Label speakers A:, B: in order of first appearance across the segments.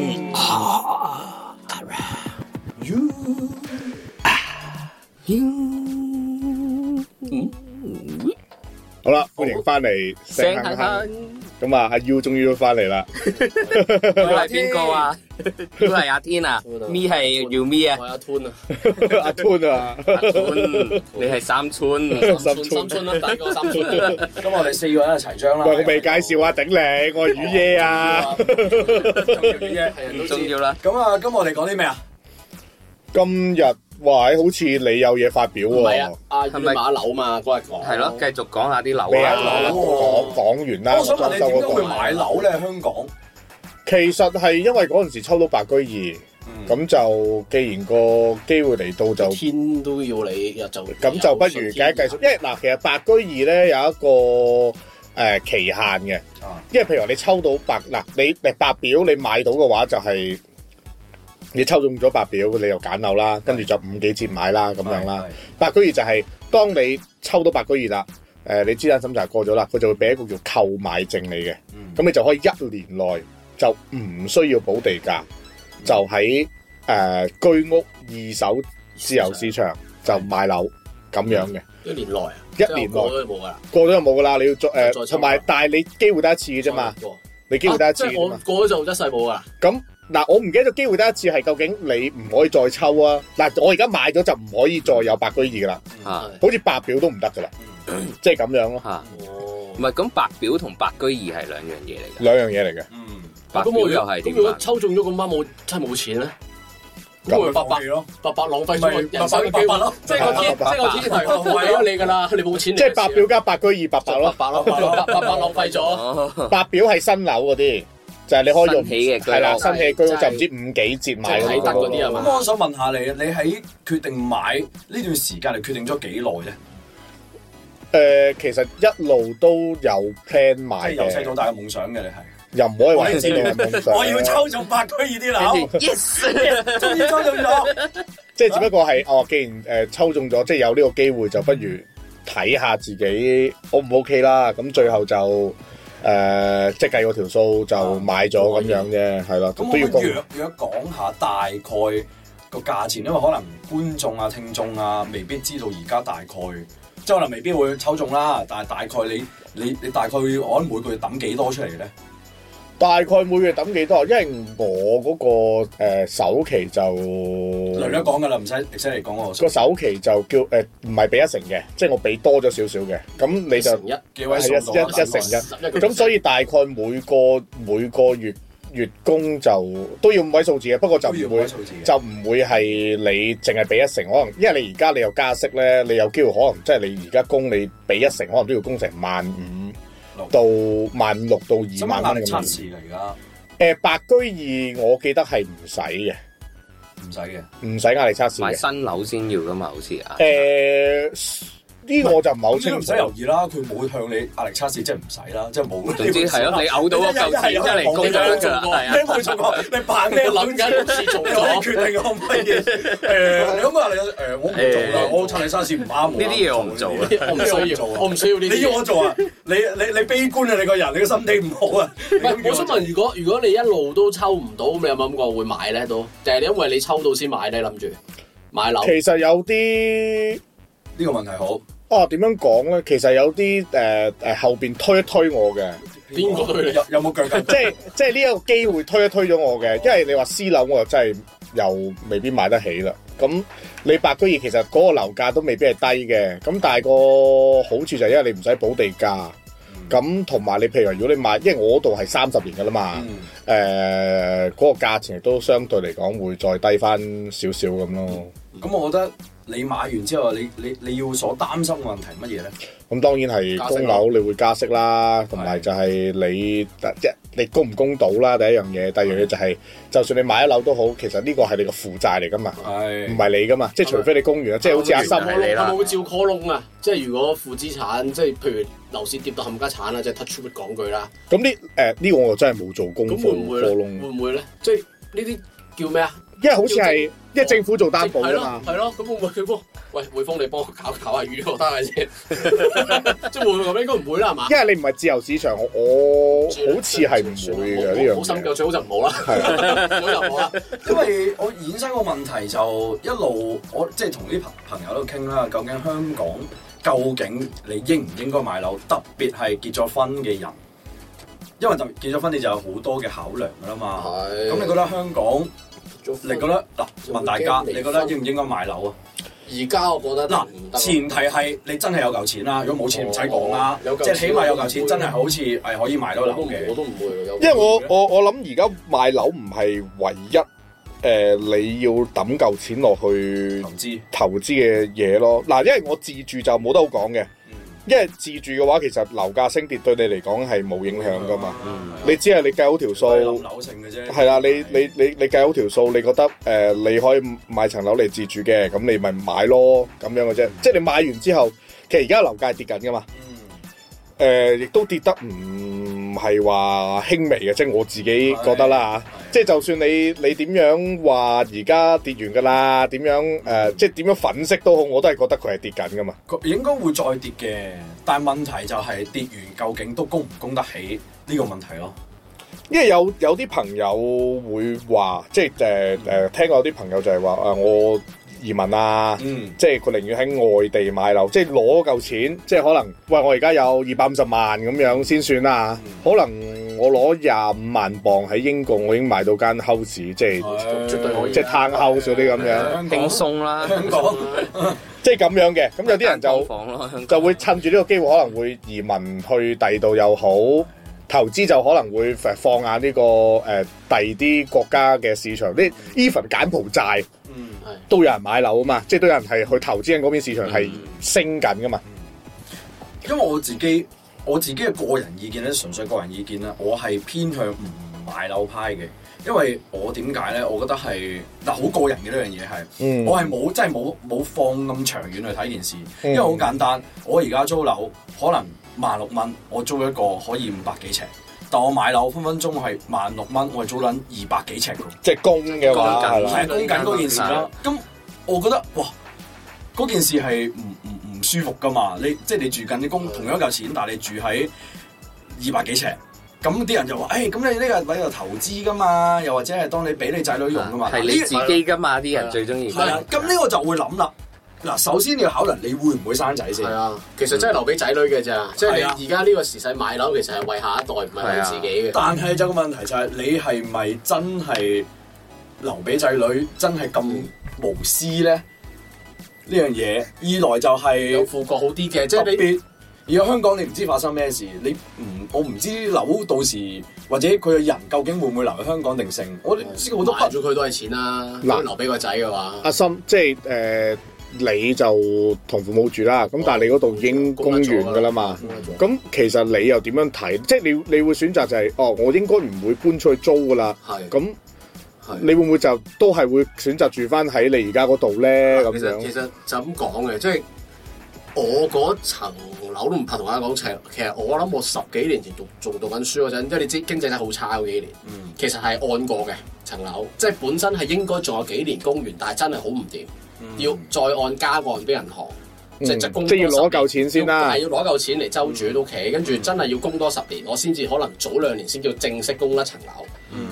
A: Seganon! You. 好啦，歡迎翻嚟
B: 醒
A: 醒
B: 下
A: 行
B: 下
A: 行，，咁啊，阿 U 終於都翻嚟 啦，
B: 我系边个啊？都系阿天啊，咪系要咪啊，
C: 我阿吞啊，
A: 阿 Tun 啊，
B: 村你系三村，
A: 三
C: 三
A: 村
C: 村三村啦，第一個三村。 咁我哋四個人一齊張啦。
A: 喂，我未介紹啊，頂你，我係雨耶 啊，
C: 重要嘅係人
B: 唔
C: 都
B: 重
C: 知
B: 要。啦。
C: 咁啊，今日我哋講啲咩啊？
A: 今日哇，好似你有嘢發表
C: 唔係啊
A: 喎，，
C: 阿
B: 係
C: 遠
B: 咪
C: 馬樓嘛，嗰日講。
B: 系咯，继续讲下啲
A: 你
B: 楼
A: 啊，
B: 啊，
A: 講講完啦，
C: 我想問你
A: 裝修嗰
C: 點解
A: 個
C: 會買樓咧？香港
A: 其實係因為嗰陣時抽到白居
C: 嗯
A: 二，咁、就既然個機會嚟到就
C: 天都要你就
A: 咁就不如計
C: 啊
A: 一計數，因為嗱，其實白居二咧有一個誒、呃期限嘅，
C: 啊
A: 因為譬如話你抽到白嗱，你你白表你買到嘅話就係、你抽中咗白表，你又揀樓啦，跟住就五幾折買啦咁樣啦。。白居二就係、當你抽到白居二啦，誒、你資產審查過咗啦，佢就會俾一個叫購買證你嘅。
C: 嗯
A: 咁你就可以一年內就唔需要補地價，就喺誒、呃居屋二手自由市場就買樓咁樣嘅。
C: 一年內啊，
A: 一年內
C: 過咗就冇㗎啦，
A: 過咗就冇噶啦，你要再
C: 再抽
A: 誒，同埋啊
C: 啦
A: 但係你機會得一次嘅啫嘛，
C: 過。
A: 你機會得一次
C: 啊啊即係
A: 啫
C: 我
A: 嘛。
C: 過咗就一世冇㗎啦。
A: 咁嗱，我唔記得咗機會得一次係究竟你唔可以再抽啊？嗱，我而家買咗就唔可以再有白居二噶啦，
B: 啊
C: 係
A: 好似白表都唔得噶啦，即係咁樣咯，
B: 吓，
C: 哦
B: 唔系咁白表同白居二系两样嘢嚟噶，
A: 兩樣嘢嚟嘅。
C: 嗯。
B: 白
C: 咁我
B: 表
C: 如
B: 又
C: 果
B: 係
C: 咁
B: 點
C: 如果
B: 啊？
C: 抽中咗咁啱冇真係冇錢咧，
A: 咁
C: 咁我咪白白
D: 咯，
C: 白白浪費咗我人生嘅
D: 白
C: 機
D: 白
C: 會
D: 咯啊
C: 咯。即係個
A: 白
C: 天，
A: 白
C: 即係個天係浪費咗你㗎啦，你冇錢嚟嘅
A: 即
C: 事啊。
A: 係白表加白居二白白咯，
C: 白白咯，白白白白浪費咗。
B: 哦，
A: 白表係新樓嗰啲，就係你可以用
B: 新起嘅居屋
A: 係啦，新起嘅居屋就
C: 真
A: 唔
C: 係
A: 知五幾折買嗰
C: 真係
A: 啲啊
C: 睇得嗰
A: 咯
C: 啲係嘛
D: 咁我想問下你，你喺決定買呢段時間嚟決定咗幾耐啫？
A: 誒、呃其實一路都有 plan
D: 即係
A: 買
D: 由細到
A: 嘅，
D: 大嘅夢想嘅你係。
A: 又唔可以話係細到大夢想。
D: 我要，抽中白居二啲樓，
B: 跟住 yes，
D: 終於抽中咗。
A: 即係只不過係哦，既然誒、抽中咗，即係有呢個機會，就不如睇下自己 O 唔 OK 啦。咁最後就誒、即係計個條數就買咗咁樣啫，係啦，
D: 啊咁
A: 都要
D: 我
A: 供。
D: 約約講下大概個價錢，因為可能觀眾啊、聽眾啊，未必知道而家大概，即係可能未必會抽中啦。但係大概你你你大概我諗每個月抌幾多出嚟咧？
A: 大概每月抌幾多？因為我嗰、個、呃、首期就嗯
D: 略略講㗎啦，唔使唔使嚟講我
A: 個首期就叫誒，唔係俾一成嘅，即係我俾多咗少少嘅，咁你就
C: 成一
D: 幾位
A: 係
D: 數
A: 一
D: 到
A: 一
D: 啊
A: 一成一。咁所以大概每個每個月月供就都要五位數字嘅，不過就
D: 就
A: 唔
D: 唔
A: 會
D: 會數字嘅。
A: 就唔會係你淨係俾一成，可能因為你而家你有加息咧，你有機會可能即係你而家供你俾一成，可能都要供成萬五
D: 六
A: 到萬五六到
D: 使
A: 二
D: 唔使壓
A: 萬
D: 力
A: 蚊
D: 測
A: 咁樣。
D: 試嚟㗎？
A: 誒白居二我記得係唔使嘅，
D: 唔使嘅。
A: 唔使壓力測試
B: 买
A: 嘅。
B: 新楼先要噶嘛，好似啊，
A: 誒呢、個我就唔係好
D: 咁你
A: 清
D: 都唔
A: 楚
D: 使。猶豫啦，佢冇向你壓力測試，即係唔使啦，即係冇。
B: 總之係 啊咯，你嘔到嗰
C: 啊
B: 嚿錢出嚟供咗得㗎啦，係
D: 你
B: 啊，
D: 冇做過，你扮
C: 諗
D: 咩 諗緊？
C: 緊好似做
D: 你可以
C: 咗。
D: 決定我乜嘢？誒，咁啊，你誒，我唔做啦，我測你測試唔啱我。
B: 呢啲嘢我唔做啊
C: 我唔需要， 我唔需要呢
D: 你
C: 啲
D: 要
C: 嘢。
D: 我做啊？你你你悲觀啊！你個人，你個心地唔好啊！
C: 唔係，我想問，如果如果你一路都抽唔到，咁你有冇諗過會買咧？都定係你因為你抽到先買咧？諗住買樓
A: 其實有啲
D: 呢個問題好。
A: 啊點樣講咧？其實有啲誒誒後邊推一推我嘅。
C: 邊個對你
D: 有有冇腳筋？
A: 即係即係呢一個機會推一推咗我嘅，因為你話私樓我又真係又未必買得起啦。咁你白居二其實嗰個樓價都未必係低嘅，咁但係個好處就係因為你唔使補地價，咁同埋你譬如話如果你買，因為我嗰度係三十年噶啦嘛，
D: 嗯
A: 誒嗰、個價錢亦都相對嚟講會再低翻少少咁咯。
D: 咁我覺得你買完之後，你你你要所擔心嘅問題係乜嘢咧？
A: 咁當然係供樓，你會加息啦，同埋就係你即你供唔供到啦，第一樣嘢，第二樣嘢就係、就算你買咗樓都好，其實呢個係你個負債嚟噶嘛，唔
D: 嗯係
A: 係你噶嘛，即係除非你供完啦，即係好似阿
B: 係你
A: 森，啊
B: 啦
C: 我會照 call 窿啊！即係如果負資產，即係譬如樓市跌到冚家產啦，即係 touch wood 講句啦，
A: 咁呢誒呢個我真係冇做功
C: 咁
A: 課
C: 會唔會
A: 科
C: 咧？
A: 窿，
C: 會唔會咧？即係呢啲叫咩啊？
A: 因為好似係因為政府做擔保啊嘛，
C: 係咯，係咯咁會唔會佢幫喂匯豐你幫我搞搞下魚個單位 先？ 即係會唔會咁？應該唔會啦，係嘛？
A: 因為你唔係自由市場，我我好似係唔會嘅呢樣
C: 好心
A: 嘢。
C: 夠，最好就唔好啦，
A: 係啊
C: 最好就唔好啦。
D: 因為我衍生個問題就一路我即係同啲朋朋友都傾啦，究竟香港究竟你應唔應該買樓？特別係結咗婚嘅人，因為特別結咗婚你就有好多嘅考量㗎啦嘛。
C: 係
D: 咁你覺得香港？你覺得嗱？問大家，你覺得應唔應該買樓啊？
C: 而家我覺得
D: 嗱
C: 嗯唔，得喎
D: 前提係你真係有嚿錢啦，如果冇錢唔使講
C: 哦
D: 啦，
C: 有嚿
D: 即係起碼有嚿
C: 錢
D: 錢真係好似係可以買到
C: 我
D: 樓
C: 都唔我
D: 嘅。
C: 都唔會㗎有
A: 因為我我我諗而家買樓唔係唯一誒、呃你要抌嚿錢落去
D: 投資，
A: 投資嘅嘢咯。嗱，因為我自住就冇得好講嘅，因為自住嘅話其實樓價升跌對你嚟講係冇影響噶嘛。
D: 嗯
A: 你只係你計好條
D: 都係諗
A: 數，
D: 樓性嘅啫。
A: 係啦，你你你你計好條數，你覺得誒、呃你可以買層樓嚟自住嘅，咁你咪買咯，咁樣嘅啫。即係你買完之後，其實而家樓價係跌緊噶嘛。
D: 嗯
A: 誒、呃亦都跌得唔係話輕微嘅，即係我自己覺得啦
D: 係
A: 即係就算你你點樣話而家跌完㗎啦，點樣誒、呃即係點樣粉飾都好，我都係覺得佢係跌緊㗎嘛。
D: 佢應該會再跌嘅，但係問題就係跌完究竟都供唔供得起呢個問題咯。
A: 因為有有啲朋友會話，即係誒誒，聽過有啲朋友就係話啊，我移民啊。
D: 嗯，
A: 即係佢寧願喺外地買樓，即係攞嚿錢，即係可能喂我而家有二百五十萬咁樣先算啦。可能我攞廿五萬磅喺英國，我已經買到間 house，即係
D: 嗯
C: 絕對可以
A: 即係 townhouse 嗰啲咁樣，
D: 香港
B: 定鬆啦，
D: 香港
A: 即係咁樣嘅。咁有啲人
B: 間
A: 就
B: 房咯，香港
A: 就會趁住呢個機會，可能會移民去第二度又好，投資就可能會放眼呢、個誒第二啲國家嘅市場。呢 even 柬埔寨
D: 嗯。
A: 都有人買樓啊嘛，即係都有人係去投資緊嗰邊市場係
B: 嗯
A: 升緊噶嘛。
D: 因為我自己我自己嘅個人意見咧，純粹個人意見啦，我係偏向唔買樓派嘅，因為我點解咧？我覺得係嗱好個人嘅呢樣嘢係，
A: 嗯
D: 我係冇真係冇冇放咁長遠去睇件事，
A: 嗯
D: 因為好簡單，我而家租樓可能萬六蚊，我租一個可以五百幾尺。但我買樓分分鐘係萬六蚊，我係租撚二百幾尺㗎喎
A: 即係供嘅話
B: 供緊
A: 係啦，
D: 係供緊嗰件事啦。咁我覺得哇，嗰件事係唔唔唔舒服噶嘛。你即係你住緊啲公同樣一嚿錢，但係你住喺二百幾尺，咁啲人就話：，誒、咁你呢個位度投資噶嘛？又或者係當你俾你仔女用噶嘛？
B: 係
D: 呢
B: 你自己噶嘛，啲人最中意。
D: 係啊。咁呢個就會諗啦。嗱，首先你要考量你會唔會生仔先
C: 係。啊，其實真係留俾仔女嘅咋，即係
D: 係啊
C: 你而家呢個時勢買樓，其實係為下一代，唔係為自己嘅。
D: 但係啊就個問題就係你係咪真係留俾仔女真係
C: 嗯
D: 咁無私咧？呢樣嘢，二來就係、
C: 有副國好啲嘅，即
D: 即
C: 係你
D: 係你而家香港你唔知發生咩事，你唔我唔知樓到時或者佢嘅人究竟會唔會留喺香港定性，我哋知好
C: 好多
D: 多
C: 嗯
D: 不
C: 賣咗佢都係錢啦，
A: 嗱啊
C: 如果留俾個仔嘅話，
A: 阿心，即係誒、呃你就同父母住啦，
C: 哦
A: 咁但係你嗰度已經供完㗎啦嘛。咁其實你又點樣睇？即係你你會選擇就係、哦，我應該唔會搬出去租㗎啦。
C: 係
A: 咁
C: 係
A: 你會唔會就都係會選擇住翻喺你而家嗰度咧？咁
C: 其實其
A: 樣
C: 實就咁講嘅，即係我嗰層樓都唔怕同大家講尺。其實我諗我十幾年前仲仲讀緊書嗰陣，因為你知經濟真係好差嗰幾年，
D: 嗯
C: 其實係按過嘅層樓，即係本身係應該仲有幾年供完，但係真係好唔掂，
D: 嗯
C: 要再按加按俾銀行，即係
A: 嗯
C: 供
A: 即係要
C: 多十
A: 攞
C: 年
A: 嚿錢先啦嗯
C: 要係。要攞嚿錢嚟周住屋企，跟住真係要供多十年，我先至可能早兩年先叫正式供一層樓。
D: 嗯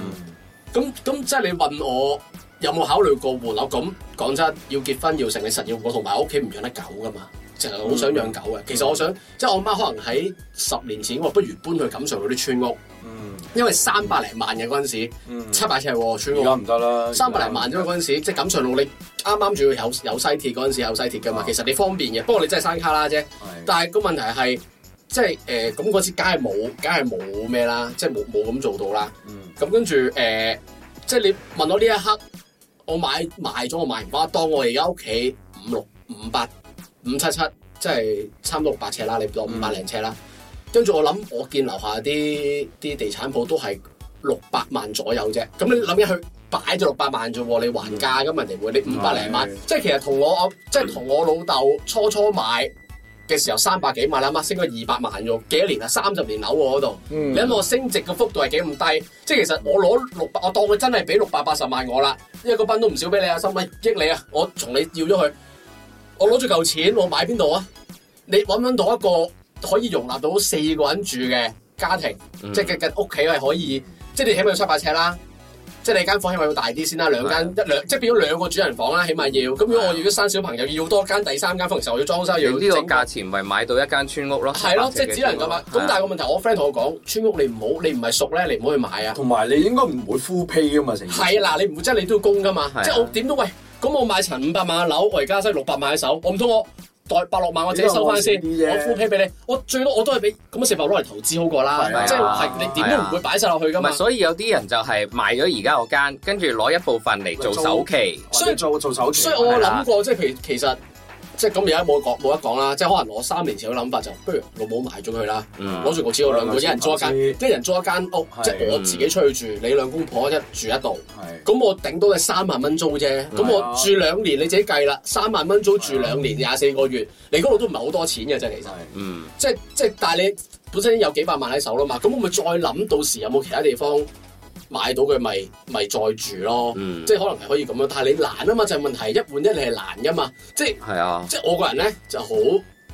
C: 咁咁即係你問我有冇考慮過換樓？咁講真，要結婚要成，你實要我同埋我屋企唔養得狗噶嘛，成日好想養狗
D: 嗯
C: 嘅。其實我想，即係我媽可能喺十年前，我不如搬去錦上嗰啲村屋，
D: 嗯
C: 因為三百零萬嘅嗰陣時，
D: 嗯，
C: 七百尺喎村
D: 而家
C: 屋。
D: 唔得啦，
C: 三百零萬啫嘛，嗰陣時，即係錦上路你啱啱仲要有有西鐵嗰陣時有西鐵噶嘛，
D: 嗯
C: 其實你方便嘅，不過你真係山卡啦啫。
D: 係，
C: 但係個問題係，即係誒咁嗰次梗係冇，梗係冇咩啦，即係冇冇咁做到啦。
D: 嗯
C: 咁跟住誒、呃即係你問我呢一刻，我買賣咗我買唔翻，當我而家屋企五六五八五七七，即係差唔多六百尺啦，你當五百零尺啦。跟住我諗，我見樓下啲啲地產鋪都係六百萬左右啫。咁你諗一去擺咗六百萬啫喎，你還價咁人哋會你五百零萬
D: 係，
C: 即係其實同我我即係同我老豆初初買嘅時候三百幾萬啦，乜升咗二百萬咗，幾多年啊？三十年樓喎嗰度，你
A: 嗯，
C: 諗我升值嘅幅度係幾咁低？即係其實我攞六百，我當佢真係俾六百八十萬我啦，一個賓都唔少俾你啊，收米益你啊，我從你要咗佢，我攞咗嚿錢，我買邊度啊？你揾唔揾到一個可以容納到四個人住嘅家庭？即係嘅嘅屋企係可以，即係你起碼要七百尺啦，即係你間房起碼要大啲先啦，兩間一兩，即係變咗兩個主人房啦，起碼要。咁如果我要生小朋友，要多間第三間房嘅時候，我要裝修，又要
B: 用呢個
C: 整
B: 價錢咪買到一間村屋咯，
C: 係咯，即
B: 係
C: 係只能咁啊。咁但係個問題，我 friend 同我講，村屋你唔好，你唔係熟咧，你唔好去買啊。
D: 同埋你應該唔會 full pay 噶嘛，成件事
C: 係啦，啊你唔會真係你都要供噶嘛
B: 係啊。
C: 即係我點都喂，咁我買層五百萬嘅樓，我而家收六百萬嘅手，我唔通我袋百六萬我自己收翻先，
D: 呢個我
C: 我
D: 少啲啫
C: full pay 俾你，我最多我都係俾咁四百攞嚟投資好過啦
D: 係啊。
C: 即係係你啊點都唔會擺晒落去噶
B: 唔
C: 嘛
B: 係，。所以有啲人就係賣咗而家嗰間，跟住攞一部分嚟做首期，
D: 或者做做手期
C: 所以啊我諗過，即係其其實即係咁而家冇講冇得講啦，即係可能我三年前嘅諗法就不如老母買咗佢啦，
B: 嗯，
C: 攞住個錢我兩個一人租一間，
D: 係
C: 一人租一間屋，
D: 係
C: 即係我自己出去住，你兩公婆一住一度，
D: 係
C: 咁我頂多係三萬蚊租啫，咁
D: 係啊
C: 我住兩年你自己計啦，三萬蚊租住
D: 係啊
C: 兩年廿四個月，你嗰度都唔係好多錢嘅啫，其實
D: 係。
B: 嗯，
C: 即係即係，但係你本身已經有幾百萬喺手啦嘛，咁我咪再諗到時有冇其他地方買到佢，咪咪再住咯。
B: 嗯，
C: 即係可能係可以咁樣，但係你難啊嘛，就係、問題一換一你係難噶嘛，即係
B: 係啊，
C: 即係我個人咧就好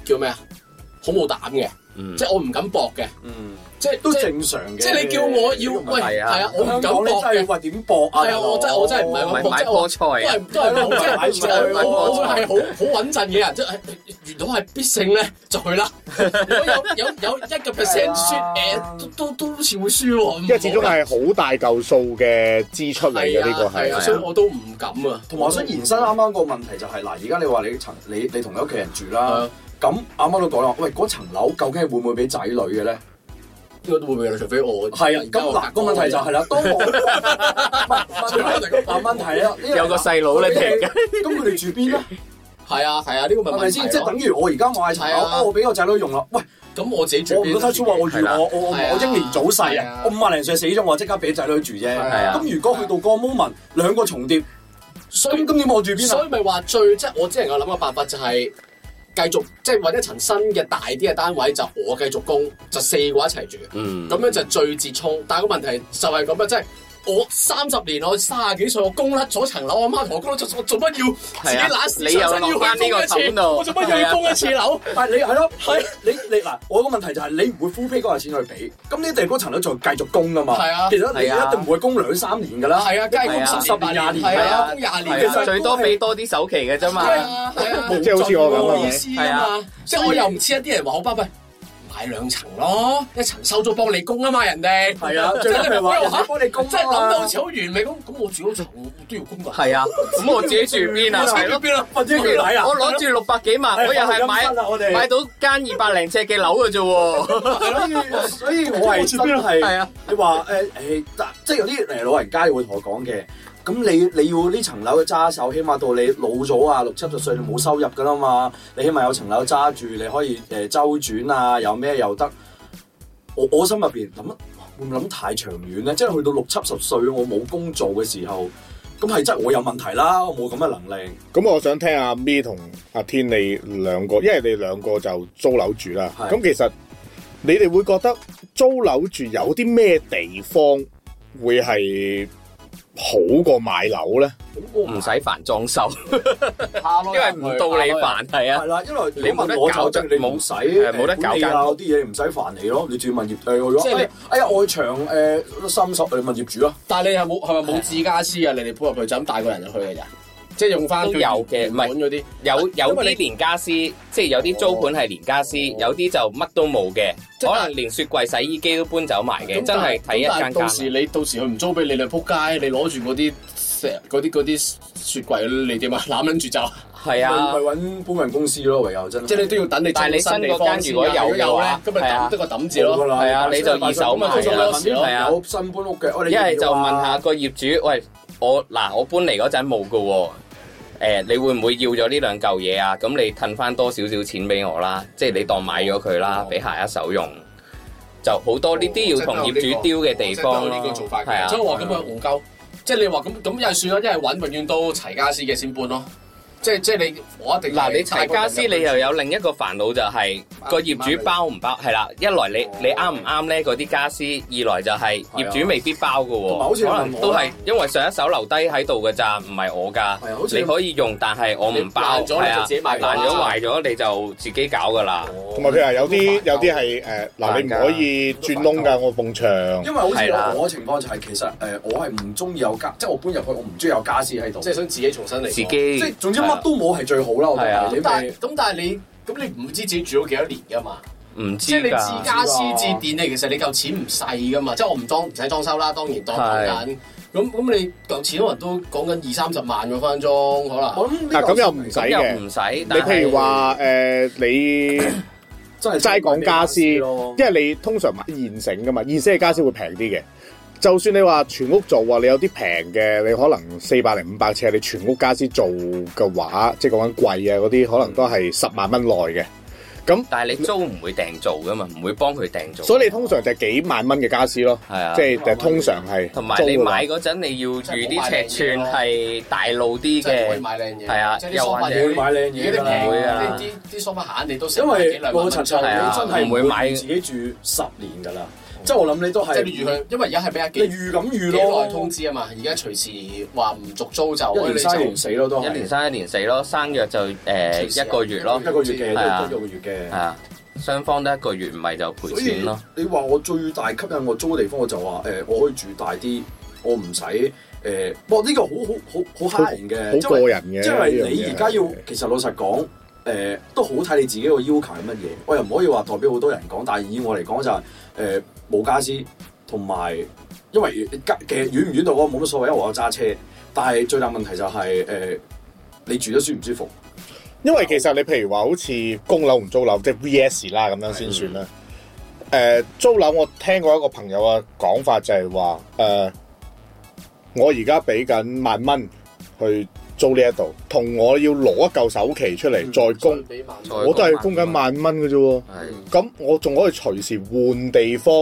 C: 叫咩啊，好冇膽嘅，
B: 嗯
C: 即，係我唔敢搏嘅，
D: 嗯
C: 即係
D: 都
C: 即係
D: 正常嘅。
C: 即係你叫我要喂
B: 係
C: 係
B: 啊
C: 啊，我唔
D: 香
C: 敢
D: 港你
C: 搏
D: 真係
C: 嘅，
D: 喂點搏啊？
C: 係啊我真係我真係唔係
B: 唔
C: 話
B: 係買菠
C: 都
B: 菜啊，
C: 係都係冇即係即係我我我會係好好穩陣嘅人，即係遇到係必勝咧就去啦，如果有有有一個 percent 輸誒都都都好似會輸喎，
A: 因為始終係好大嚿數嘅支出嚟
C: 係
A: 嘅
C: 啊
A: 呢個
C: 係啊，
A: 係，
C: 所以我都唔敢啊，
D: 同埋我想延伸啱啱個問題就係嗱，而家你話你層你你同你屋企人住
C: 係
D: 啦
C: 啊，
D: 咁啱啱都講啦，喂嗰層樓究竟係會唔會俾仔女嘅咧？
C: 呢個都會俾你，除非我
D: 係啊，咁嗱個問題就係啦， 當我
C: 除非我突然間
D: 嗱問題啦，呢個
B: 有個細佬咧
D: 佢
B: 平
D: 哋咁佢哋住邊咧？
C: 係啊係啊，呢個咪
D: 係
C: 問
D: 咪
C: 題
D: 先？
C: 咯
D: 即係等於我而家買層樓，
C: 係啊
D: 啊我俾個仔女用啦。喂，
C: 咁我自己住
D: 我
C: 邊啊
D: 唔得出話我
B: 係
D: 預
B: 啦
D: 我我我
C: 係啊
D: 我英年早逝
C: 係
D: 啊
C: 啊！
D: 我五萬零歲死咗，我即刻俾仔女住啫。
C: 係
B: 啊
D: 咁如果去到個 moment 兩個重疊，
C: 所
D: 咁
C: 以
D: 咁點我住邊
C: 所
D: 啊？
C: 以咪話最即係我只能夠諗嘅辦法就係繼續即係揾一層新嘅大啲嘅單位，就我繼續供，就四個一齊住，
B: 嗯，
C: 咁樣就最折衷。但係個問題就係咁樣，即係。我三十年，我三十幾歲，我供甩咗層樓，我媽同我供甩咗，我做乜要自己
B: 係啊
C: 揦屎
B: 你
C: 上
B: 又
C: 身
B: 落
C: 要
B: 翻呢個
C: 去供一
B: 桶
C: 次？
B: 度，
C: 我做乜又要供一次樓？
D: 但係你係咯，係你你嗱，我個問題就係你唔會 full pay 嗰個錢去俾，咁你哋嗰層樓仲繼續供噶嘛？
C: 係啊
D: 其實你
B: 係啊
D: 一定唔會供兩三年㗎啦。
C: 係啊，梗係供十年八年，係啊，供廿年
B: 係
C: 嘅
B: 啊，
C: 啫，
B: 最多俾多啲首期嘅啫嘛，
C: 係啊，係啊。
A: 即係好似我咁
C: 冇意
A: 啊，
C: 思啊嘛，即係我又唔知一啲人話我巴閉，買兩層咯，一層收咗幫你供啊嘛，人哋
D: 係 啊，最緊係話人哋幫你供啊
C: 即係諗到好
D: 錢，
C: 似好完美咁，咁我住嗰層我都要供㗎，
B: 係啊，咁我自己住邊啊？係
C: 住
B: 咯，
C: 邊啊？
D: 分啲幾抵啊！
B: 我攞住六百幾萬，我又係買
D: 啦，我哋
B: 買到間二百零尺嘅樓嘅啫喎，
D: 所以所以我係真係。
B: 係啊，
D: 你話誒誒，嗱即係有啲誒老人家會同我講嘅，咁你你要呢層樓嘅揸手，起碼到你老咗啊六七十歲，你冇收入噶啦嘛，你起碼有層樓揸住，你可以誒、呃周轉啊，有咩又得。我我心入邊諗啊，會唔會諗太長遠咧？即係去到六七十歲，我冇工做嘅時候，咁係真係我有問題啦，我冇咁嘅能力。
A: 咁我想聽阿 Me 同阿天你兩個，因為你兩個就租樓住啦。
D: 係
A: 咁其實你哋會覺得租樓住有啲咩地方會係好過買樓咧？
C: 咁我
B: 唔使煩裝修，
C: 怕咯
B: 因為唔到你，煩，係啊，
D: 係啦，因為
B: 你
D: 你
B: 冇得
D: 問我
B: 搞
D: 就即係你唔使誒
B: 冇得搞
D: 管理啊
B: 搞
D: 嗰啲嘢，唔使煩你咯。你住物業誒，如
C: 即係
D: 果
C: 你
D: 哎呀外牆誒三十誒物業主啊啦，
C: 但係你係冇係咪冇自家私啊？你哋搬入去就咁帶個人入去嘅咋？即係用翻
B: 都有嘅唔係
C: 款嗰啲，
B: 有有
C: 因為
B: 啲
C: 你
B: 連家私，即係有啲租盤係連家私，有啲就乜都冇嘅，
C: 即係
B: 可能連雪櫃、洗衣機都搬走埋嘅，真
C: 咁但
B: 係睇一
C: 咁
B: 間
C: 但係到時
B: 間。
C: 你到時佢唔租俾你，你撲街，你攞住嗰啲石嗰啲嗰啲雪櫃，你點啊？攬撚住就。
B: 係
D: 咪咪
B: 啊，
D: 揾搬運公司咯，唯有真係。
C: 即係你都要等你
B: 但係你新
C: 地
B: 嗰
C: 方
B: 間
C: 先
B: 如果有
C: 㗎
B: 嘅
C: 有
B: 話
C: 咧，咁咪
B: 係啊
C: 抌得個抌字
D: 冇㗎
C: 咯。
D: 啦
B: 係啊你就二手賣
C: 㗎啦
D: 係
B: 係啊
D: 有新搬屋嘅，我哋
B: 一係就
D: 要啊
B: 問下個業主，喂，我嗱我搬嚟嗰陣冇㗎喎。誒，你會唔會要咗呢兩嚿嘢啊？咁你褪翻多少少錢俾我啦，即係你當買咗佢啦，俾下一手用，就好多呢啲要同業主丟嘅地方
C: 我真係都有呢
B: 咯
C: 個做法，
B: 係
C: 嘅，
B: 啊
C: 所以，我話咁樣戇鳩。即係你話咁咁一係算啦，一係揾永遠都齊家私嘅先搬咯。即係即係你我一定
B: 嗱，你齊家私你又有另一個煩惱就係個業主包唔包係啦，一來你你啱唔啱咧嗰啲家私，二來就係業主未必包嘅
D: 同埋好似
B: 喎，
D: 你
B: 可
D: 問我啦
B: 能都係因為上一手留低喺度嘅咋，唔係我㗎。
C: 係啊，好似
B: 你可以用，但係我唔包，
E: 爛咗你
B: 係
E: 就
B: 啊
E: 自，己買
B: 爛
E: 過啦
B: 咗壞咗你就自己搞㗎啦。
A: 同埋譬如
B: 哦
A: 話有啲
C: 嗯
E: 咁
A: 有啲係誒嗱，你唔可以轉窿㗎，我埲牆。
D: 因為好
B: 係啦
D: 似我我情況就係其實誒，我係唔中意有家，即係我搬入去，我唔中意有家私喺度。
C: 即係想自己重新嚟。
B: 自己啊
D: 即係總之乜都冇係最好啦。我
B: 係啊
D: 覺
C: 咁
D: 得
C: 但
D: 你
C: 係
D: 咪
C: 咁但係你咁你唔知自己住咗幾多年㗎嘛？
B: 唔知
C: 即係你
B: 㗎
C: 自。家私自電你其實你嚿錢唔細㗎嘛，即係我唔裝唔使裝修啦，當然當
B: 係
C: 緊。咁咁你嚿錢可能都講緊二三十萬個分鐘，可能
D: 我諗呢個
A: 嗱咁又唔使
B: 咁又
A: 嘅。
B: 唔使，
A: 你
B: 但
A: 譬如話誒，你
D: 真係
A: 齋講家私
D: 咯。
A: 因為你通常買現成噶嘛，現成嘅家私會平啲嘅。就算你話全屋做啊，你有啲平嘅，你可能四百零五百尺，你全屋家私做嘅話，即係講緊貴啊嗰啲，可能都
B: 嗯
A: 係十萬蚊內嘅。
B: 但係你租唔會訂做㗎嘛，唔會幫佢訂做。
A: 所以你通常就係幾萬蚊嘅家私咯，
B: 係啊
A: 即。係通常係
B: 同埋你
A: 租㗎啊嘛
B: 買嗰陣，你要預啲尺寸係大路啲
C: 即係唔可以
B: 嘅，
C: 買靚嘢。
B: 係啊
C: 即係啲
B: 又
C: 梳化
B: 或者
D: 會
C: 嘢
D: 買靚
C: 而家
D: 嘢㗎
C: 啲平
B: 唔會
D: 啦。
B: 啊
C: 啲啲啲梳化閒你都
D: 因為老
C: 陳
D: 陳陳，你
B: 係啊
D: 真係唔會
B: 唔會買
D: 買自己住十年㗎啦。即係我諗你都
C: 即
D: 係
C: 係你預佢，因為而家係俾阿
D: 你
C: 幾
D: 預咁預
C: 幾耐通
D: 咯，
C: 知啊嘛，而家隨時話唔續租就
D: 一年生一
C: 你
D: 年死咯都
B: 一
D: 係
B: 年生一年死咯，生約就
C: 隨時
B: 誒
C: 啊
B: 一個月咯
D: 一，個月
B: 係啊
D: 嘅，都一個月嘅
B: 係。啊，雙方都一個月，唔係就
D: 所
B: 賠
D: 以
B: 錢咯。
D: 你話我最大吸引我租嘅地方，我就話誒、我可以住大啲，我唔使誒。不過呢個好好好好蝦人嘅，
A: 好
D: 因為
A: 個人嘅。
D: 因為你而家要
A: 呢樣嘢係
D: 其實老實講誒、都好睇你自己個要求係乜嘢。我又唔可以話代表好多人講，但係以我嚟講就係誒冇家私同埋，因為家其實遠唔遠到我冇乜所謂，因為我有揸車。但係最大問題就係、誒、你住得舒唔舒服？
A: 因為其實你譬如話好似供樓唔租樓，即係 V.S. 啦咁樣先算啦。誒、租樓我聽過一個朋友嘅講法就係話誒，我而家俾緊萬蚊去租呢一度，同我要攞一嚿首期出嚟
D: 嗯
A: 再供，
C: 俾萬
B: 再
A: 我都係供緊萬蚊嘅啫喎。
B: 係
A: 咁我仲可以隨時換地方，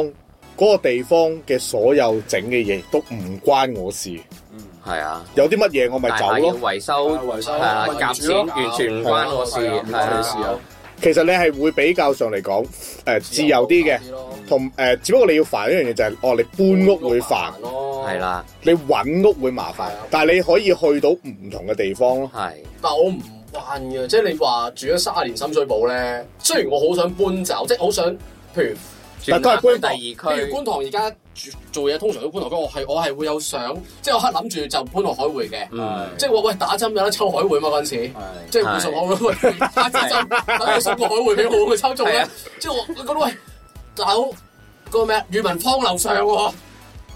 A: 嗰、個地方嘅所有整嘅嘢都唔關我事，
D: 嗯，
B: 係啊，
A: 有啲乜嘢我咪
B: 大
A: 走
B: 廈要
A: 咯。
B: 維修
D: 維修
B: 係啊，
D: 民主
B: 夾錢
D: 咯
B: 完全唔關我事，
C: 係
B: 係
C: 啊
D: 關你
B: 啊
D: 事啊！
A: 其實你係會比較上嚟講誒自由啊啲嘅。
C: 咯
A: 同誒、呃只不過你要煩一樣嘢就係、哦，你搬屋會煩，
C: 咯，
B: 係。啦，
A: 你揾屋會麻煩
C: 係啊，
A: 但係你可以去到唔同嘅地方咯。
B: 係
C: 但我唔慣嘅，即係你話住咗三十年深水埗咧，雖然我好想搬走，即係好想，譬如
A: 但都係
B: 轉
A: 搬
B: 第
C: 譬
B: 二
C: 如
B: 區，
C: 觀塘而家住做嘢，通常都觀塘區，我係我係會有想，即係我諗住就搬落海匯嘅，
B: 嗯，
C: 即係我喂打針有得抽海匯嘛嗰陣時。
D: 係。
C: 即係會送我喂，打支針，等你送個海匯俾我，佢抽中
B: 係
C: 咧
B: 啊。
C: 即係我我覺得喂，大佬個咩宇文坊樓上喎，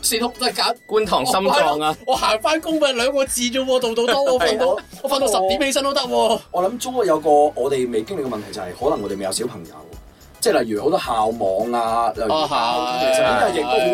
C: 四通都係揀
B: 觀塘心臟啊，！
C: 我行翻工咪兩個字啫喎，度度都我瞓到我瞓到十點起身都得喎。
D: 我諗中國有個我哋未經歷嘅問題就係，可能我哋未有小朋友，即係例如好多校網啊，例如
C: 啊係哦
D: 其實呢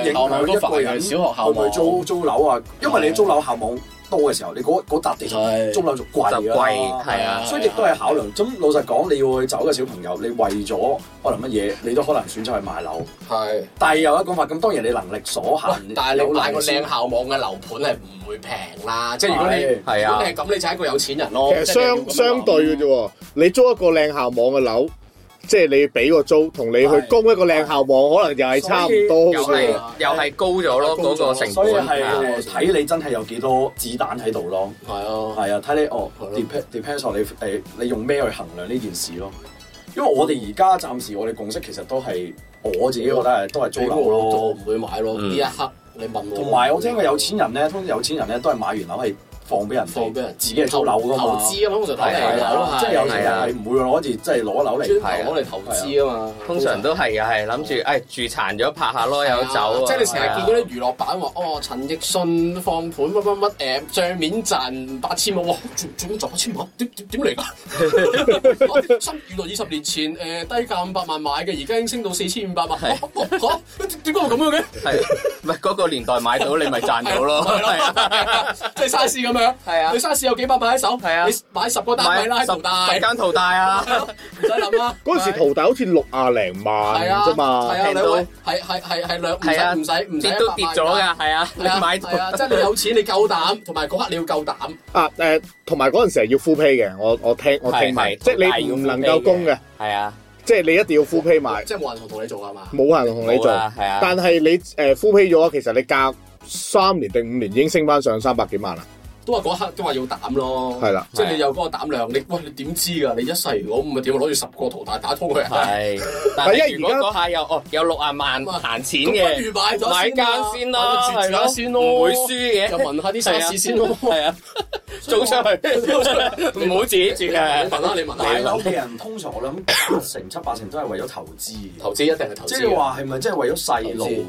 D: 個亦都好影響一個
C: 校網都煩嘅
D: 人
C: 小學校網
D: 去唔去租租樓啊。因為你租樓校網多嘅時候，你嗰嗰笪地
C: 係
D: 就租樓就貴
B: 就貴
D: 啦。
B: 係啊，
D: 所以亦都係考量。咁老實講，你要去走嘅小朋友，你為咗可能乜嘢，你都可能選擇去買樓。
C: 係，
D: 但係又有一個講法，咁當然你能力所限
C: 喂，但係你買個
D: 有能
C: 靚
D: 力
C: 校網嘅樓盤係唔會平啦，即係如果你
D: 係
B: 係
C: 如
B: 啊
C: 果你。係咁，你就係一個有錢人咯。
A: 其實
C: 哦即係你要咁
A: 相
C: 樣諗
A: 相對嘅啫喎，你租一個靚校網嘅樓，即係你俾個租，同你去
D: 係
A: 供一個靚校網，可能又係差唔多
B: 又
A: 嘅
B: 係
A: 喎。
B: 又係高咗咯，嗰個成
D: 所以
B: 本
D: 係
B: 係啊
D: 誒睇你真係有幾多子彈喺度咯。
C: 係啊，
D: 係啊，睇你哦
C: 係咯
D: ，depend depends on 你誒，你用咩去衡量呢件事咯？因為我哋而家暫時我哋共識其實都係我自己覺得係都係租樓
C: 我
D: 咯
C: 唔。會買咯。
B: 嗯
C: 呢一刻你問我，
D: 同埋我聽過有錢人咧，通常有錢人咧都係買完樓係放俾人哋，
C: 放俾人
D: 自己係租樓噶嘛。
C: 投資啊嘛，通常睇嚟
D: 係
C: 樓
D: 啊，
C: 係啊
D: 即係有錢
B: 係
D: 人
B: 啊
D: 係唔會攞住即係攞樓嚟。
C: 專頭攞嚟投資啊嘛。
B: 通常都係又係諗住，誒住殘咗拍下咯，有走啊，
C: 即係你成日見
B: 係啊
C: 嗰啲娛樂版話，哦，陳奕迅放盤乜乜乜，誒帳面賺八千萬，哇，做做咁賺八千萬，點點點嚟㗎？我哦原來二十年前誒低價五百萬買嘅，而家已經升到四千五百萬，嚇點解會咁樣嘅？
B: 係唔係嗰個年代買到你咪賺到咯？係啊，
C: 即係 size 咁樣，
B: 係啊
C: 你 size 有幾百萬喺手，
B: 係啊
C: 你 買十個單位啦，
B: 買
C: 喺淘大，
B: 十十間淘大啊！
C: 唔使諗啦。
A: 嗰陣時淘大好似六啊零萬
C: 係啊，
A: 啫嘛
C: 係，啊，
B: 平
C: 兩
B: 到
C: 位係係係係兩
B: 係啊
C: 唔使唔使唔使
B: 跌都跌咗
C: 㗎。
B: 㗎，係啊，你
C: 係啊
B: 買
C: 係啊，即係你有錢，你 夠膽，同埋嗰刻你要夠膽。
A: 啊誒，同埋嗰陣時係要 full pay 嘅，我我聽我聽埋，
B: 係係
A: 即係
B: 淘大
A: 你
B: 要
A: 唔
B: full
A: 能夠
B: pay
A: 供嘅，
B: 係啊，
A: 即係你一定要 full pay 埋，
C: 即係冇人同你做啊嘛。
A: 冇人同你
B: 冇
A: 做。
B: 啦，係啊，
A: 但係你誒 full pay 咗，其實你隔三年定五年已經升翻上三百幾萬啦，
C: 都話嗰刻都話要膽咯。
A: 係啦。
C: 即係你有嗰個膽量，你喂你點知㗎？你一世如果唔係點啊攞住十個淘大打通佢啊？
B: 係。但係
A: 係
B: 如
A: 因為而家
B: 果嗰下有哦有六啊萬
C: 咁啊
B: 閒錢
C: 咁
B: 嘅
C: 不。如買咗
B: 買間先啦，
C: 買個住
B: 係
C: 家
B: 咯
C: 先咯，
B: 唔會輸嘅，
C: 就聞下啲沙士 先咯。
B: 係啊，租出去，唔好自己住
C: 你
B: 嘅，
C: 問啦，你問
D: 買
C: 啦，
D: 樓嘅人通常我諗八成七八成都係為咗投資嘅，
C: 投資一定係投
D: 即
C: 資啊
D: 係
C: 嘅。
D: 話係咪即係為咗細
C: 投資
D: 路？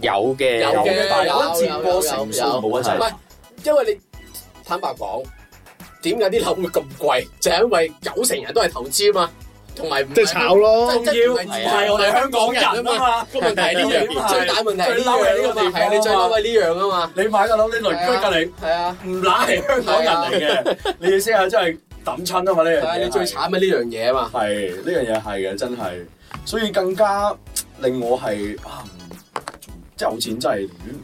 B: 有嘅，
C: 有
D: 有
C: 嘅
D: 嘅，但係我
C: 有
D: 覺得接過成數冇啊，真
C: 唔
D: 係
C: 係，因為你坦白講，點解啲樓會咁貴？就係因為九成人都係投資啊嘛，同埋唔係
A: 即係炒咯，
C: 即係唔係我哋香港人啊嘛。
D: 嘛。
C: 個問題係呢樣，最大問題係呢樣啊嘛，係啊你最嬲係呢樣啊嘛，
D: 你買個樓，你鄰居
C: à.
D: 隔離
C: 係啊，
D: 唔乸係香
C: à.
D: 港人嚟嘅，你意思係真係抌親啊嘛？呢樣
C: 係啊，
D: 嘢
C: 你最慘係呢樣嘢啊嘛，
D: 係呢樣嘢係嘅，真係，所以更加令我係啊，即係有錢真係嗯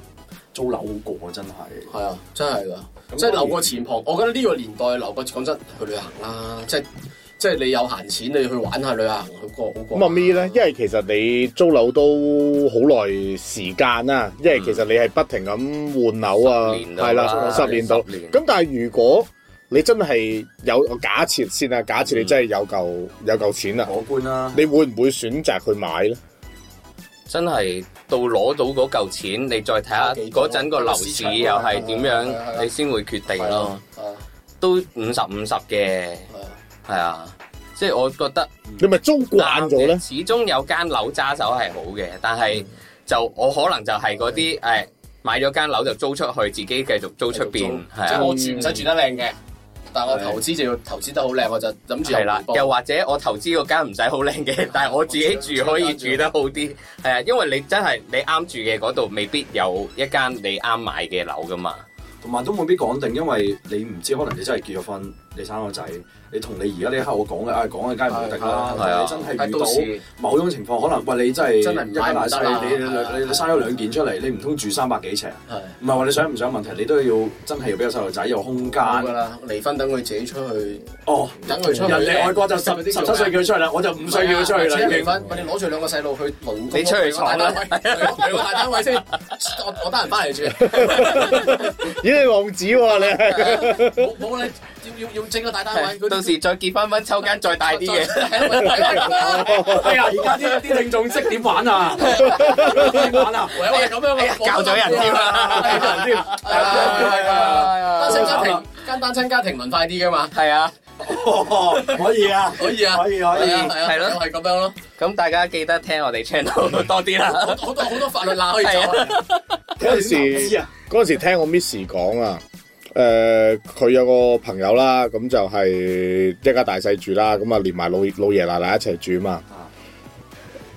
D: 租樓好過真係。
C: 係啊，真係㗎。
D: 咁
C: 即係留
D: 當然
C: 個錢旁，我覺得呢個年代留個講真去旅行啦，即係即係你有閒錢你去玩下旅行，好過好過。
A: 咁啊咪咧，因為其實你租樓都好耐時間啦，因為其實你係不停咁換樓
C: 嗯
A: 啊，係啦，十年到。
B: 咁
A: 咁但係如果你真係有我假設先啊，假設
C: 嗯
A: 你真係有嚿、有嚿錢啦，
D: 可觀啦，
A: 你會唔會選擇去買咧？
B: 真係到攞到嗰嚿錢，你再睇下嗰陣個樓市又係點樣，你先會決定咯。
C: 係啊，
B: 都五十五十嘅，
C: 係啊，
B: 係啊，即係我覺得。
C: 嗯
A: 你咪租慣咗咧？
B: 始終有間樓揸手係好嘅，但係就我可能就係嗰啲誒買咗間樓就租出去，自己繼續租出邊，係
C: 即係
B: 啊，
C: 我住唔使住得靚嘅，但係我投資就要投資得好靚，我就諗住有
B: 係啦
C: 回。報
B: 又或者我投資嗰間唔使好靚嘅，但係我自己住可以住得好 啲，係啊，因為你真係你啱住嘅嗰度未必有一間你啱買嘅樓噶嘛，
D: 同埋都冇必講定，因為你唔知可能你真係結咗婚，你生咗仔，你同你而家呢一刻我講嘅，唉講嘅梗係冇敵啦，
B: 係啊
D: 但係你真係
C: 係
D: 遇
C: 都
D: 到。
C: 市
D: 某種情況，可能喂你真係
C: 真係唔
D: 一
C: 買
D: 家
C: 唔
D: 大
C: 得啦
D: 細，你你
C: 係啊
D: 你你生咗兩件出嚟，你唔通住三百幾尺？
C: 係
D: 唔係話你想唔想問題，你都要真係要俾個細路仔有空間。
C: 冇㗎啦，離婚等佢自己出去，
D: 哦，
C: 等佢出去。
D: 人哋外國就 十
C: 嗰啲
D: 十
C: 叫
D: 七歲
C: 咩
D: 叫佢出去啦，我就五歲叫佢出去啦已
C: 離
D: 經。
C: 婚，喂你攞住兩個細路去輪
B: 你出去闖啦
C: 去個大單位先，我我得閒翻嚟住。
A: 咦，你浪子喎、你係
C: 冇冇你要要要整個大單位，嗰啲
B: 到時再結婚婚抽間再大 啲嘅，
C: 嘅。
D: 哎呀，而家啲啲聽眾識點玩 啊？點玩 啊？
C: 喂，我係咁樣嘅，
B: 教咗人添 啦，
D: 人添，
C: 係啊係啊係啊單
D: 身
C: 親家庭，間單親家庭輪快啲噶嘛，
B: 係啊。
D: 哦可以啊，
C: 可以啊，
D: 可以可以
C: 係啊，係啊
B: 係咯
C: 係咁樣咯，
B: 咁大家記得聽我哋 channel 多啲啦。
C: 好多好多法律罅可以走啊，
A: 嗰陣時
D: 知啊，
A: 嗰陣時聽我 Miss 講啊，誒、佢有個朋友啦，咁就係一家大細住啦，咁啊連埋老老爺奶奶一齊住嘛
D: 啊。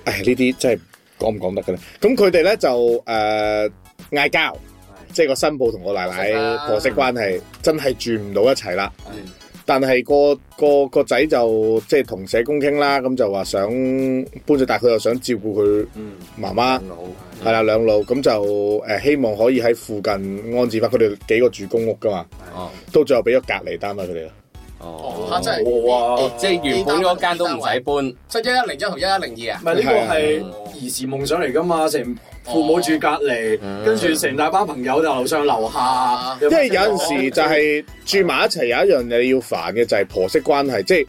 A: 唉，呢啲真係講唔講得嘅咧？咁佢哋咧就誒嗌交，即係個新抱同個奶奶婆媳關係真係住唔到一齊啦。
D: 嗯
A: 但係個個個仔就即係同社工傾啦，咁就話想搬咗，但係佢又想照顧佢
D: 嗯，
A: 媽媽。
B: 老
A: 係啦，兩路咁就誒、呃希望可以喺附近安置翻佢哋幾個住公屋噶嘛，
B: 哦
A: 到最後俾咗隔離單位佢哋啦。
C: 哦
B: 哦
C: 嚇真係
D: 哇
B: 哦，即係原本嗰間都唔使搬，
C: 即係一一零一同一一零二啊
D: 唔，係哦呢個係兒時夢想嚟㗎嘛，成父母住隔離，
B: 嗯
D: 跟住成大班朋友就樓上樓下
C: 啊，
A: 因為有陣
D: 哦
A: 時就係住埋一齊有一樣嘢要煩嘅就係婆媳關係，即係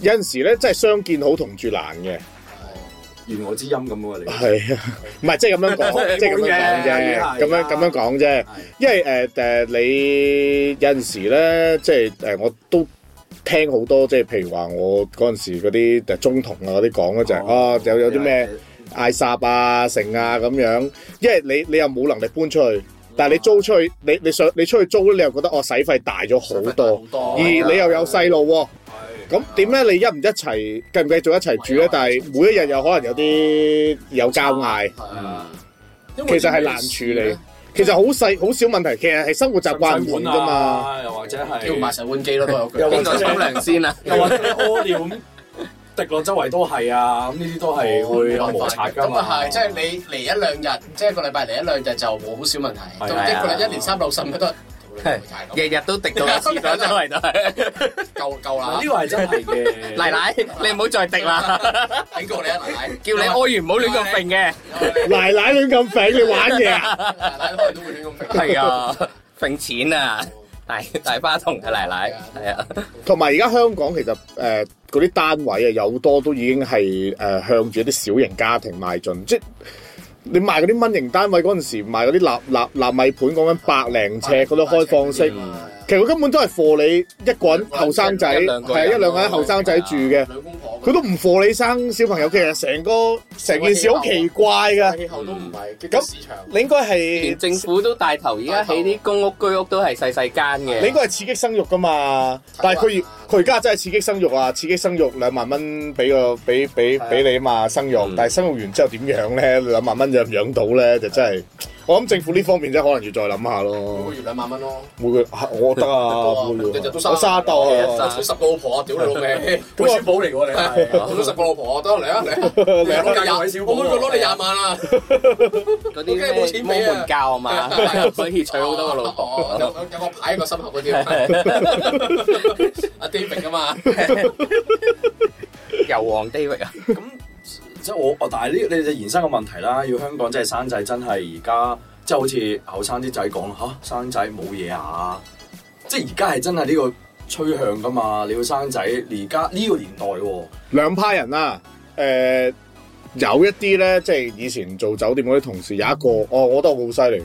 A: 有陣時咧真係相見好同住難嘅，
D: 弦我之音咁喎你。
A: 係啊，唔係即係咁 樣講，即係咁樣講啫，咁樣咁樣講啫。因為誒誒、呃你有陣時咧，即係誒、呃我都聽好多，即係譬如話我嗰陣時嗰啲誒中同啊嗰啲講咧就係、啊有有啲咩嗌霎啊成啊咁樣，因為你你又冇能力搬出去，但係你租出去，你你想你出去租咧，你又覺得哦使費大咗好多，
C: 好多
A: 而你又有細路喎，
D: 係
A: 咁點咧？你一唔一齊，繼唔繼續一齊住咧？但係啊每一日有可能有啲有交嗌，
C: 係啊，因為
A: 其實係難處理。其實好細好少問題，其實係生活習慣唔同
D: 碗
A: 啫嘛。
D: 啊，又或者係
C: 叫埋洗碗機咯，都有句。
D: 又
B: 邊
D: 或
B: 個
D: 者
B: 沖涼
C: à.
B: 先啊？
D: 又或者屙尿咁 滴落周圍都係啊，咁呢啲都
C: 哦
D: 係會有摩擦㗎
C: 咁
D: 嘛。
C: 啊係，即係你嚟一兩日，即係一個禮拜嚟一兩日就冇好少問題。到
D: 係
C: 一
B: 啊
C: 個禮一年三百六十五日都係屌你
B: 日日都滴到個廁所周圍都 係。
C: 夠夠啦
D: 呢，個係真係嘅。
B: 奶奶，你唔好再滴啦，
C: 警告你啊，奶奶，
B: 叫你屙完唔好亂咁揈嘅。
C: 你
A: 奶奶亂咁揈，你玩嘢啊？
C: 奶奶可能都會亂咁揈。
B: 係啊，揈錢啊，係大花筒嘅奶奶，係啊，
A: 同埋而家香港其實誒嗰啲單位啊，有好多都已經係誒、呃向住一啲小型家庭邁進，即係你賣嗰啲蚊型單位嗰陣時，賣嗰啲納納納米盤講緊百零尺嗰啲開放式，其實佢根本都係貨你一個人後生仔，
B: 一兩個
A: 係啊
B: 人
A: 一兩個人後生仔住嘅，
C: 兩公婆。
A: 佢都唔貨你生小朋友，其實成個成件事好奇怪㗎。
C: 氣候都唔係激
A: 咁
C: 市場。
A: 你應該係
B: 連政府都帶頭，而家起啲公屋居屋都係細細間
A: 你應
B: 嘅。
A: 該係刺激生育㗎嘛，但係佢而佢而家真係刺激生育啊！刺激生育兩萬蚊俾個俾俾
D: 係啊
A: 俾你啊嘛，生育
B: 嗯，
A: 但係生育完之後點養咧？兩萬蚊養唔養到咧？就真係，我諗政府呢方面真係可能要再諗下
C: 每個
A: 咯。
C: 月兩萬蚊咯，
A: 每個啊我得啊，每個
C: 日日
A: 月
C: 哦都哦
A: 我沙兜啊，
C: 娶十個老婆，屌你老味，
D: 韋小寶嚟喎，你係
C: 娶十個老婆，得嚟啊嚟，我
A: 兩
C: 攞你
D: 韋
C: 廿，
D: 小寶
C: 我每個攞你廿萬啊！
B: 嗰啲
C: 我驚冇
B: 咩
C: 錢
B: 摩
C: 俾啊
B: 門教啊嘛，所以娶好多個老
C: 哦
B: 婆。
C: 有有有個牌喺個心口嗰啲，阿 David 啊嘛，
A: 嗯
B: 油王 David 啊，
D: 咁即係我我，但係呢你就延伸個問題啦。要香港即係生仔真係而家即係好似後生啲仔講吓生仔冇嘢啊，即係而家係真係呢個趨向㗎嘛。你要生仔，而家呢個年代喎，
A: 兩派人啦。誒，有一啲咧，即係以前做酒店嗰啲同事有一個，哦，我覺得佢好犀利，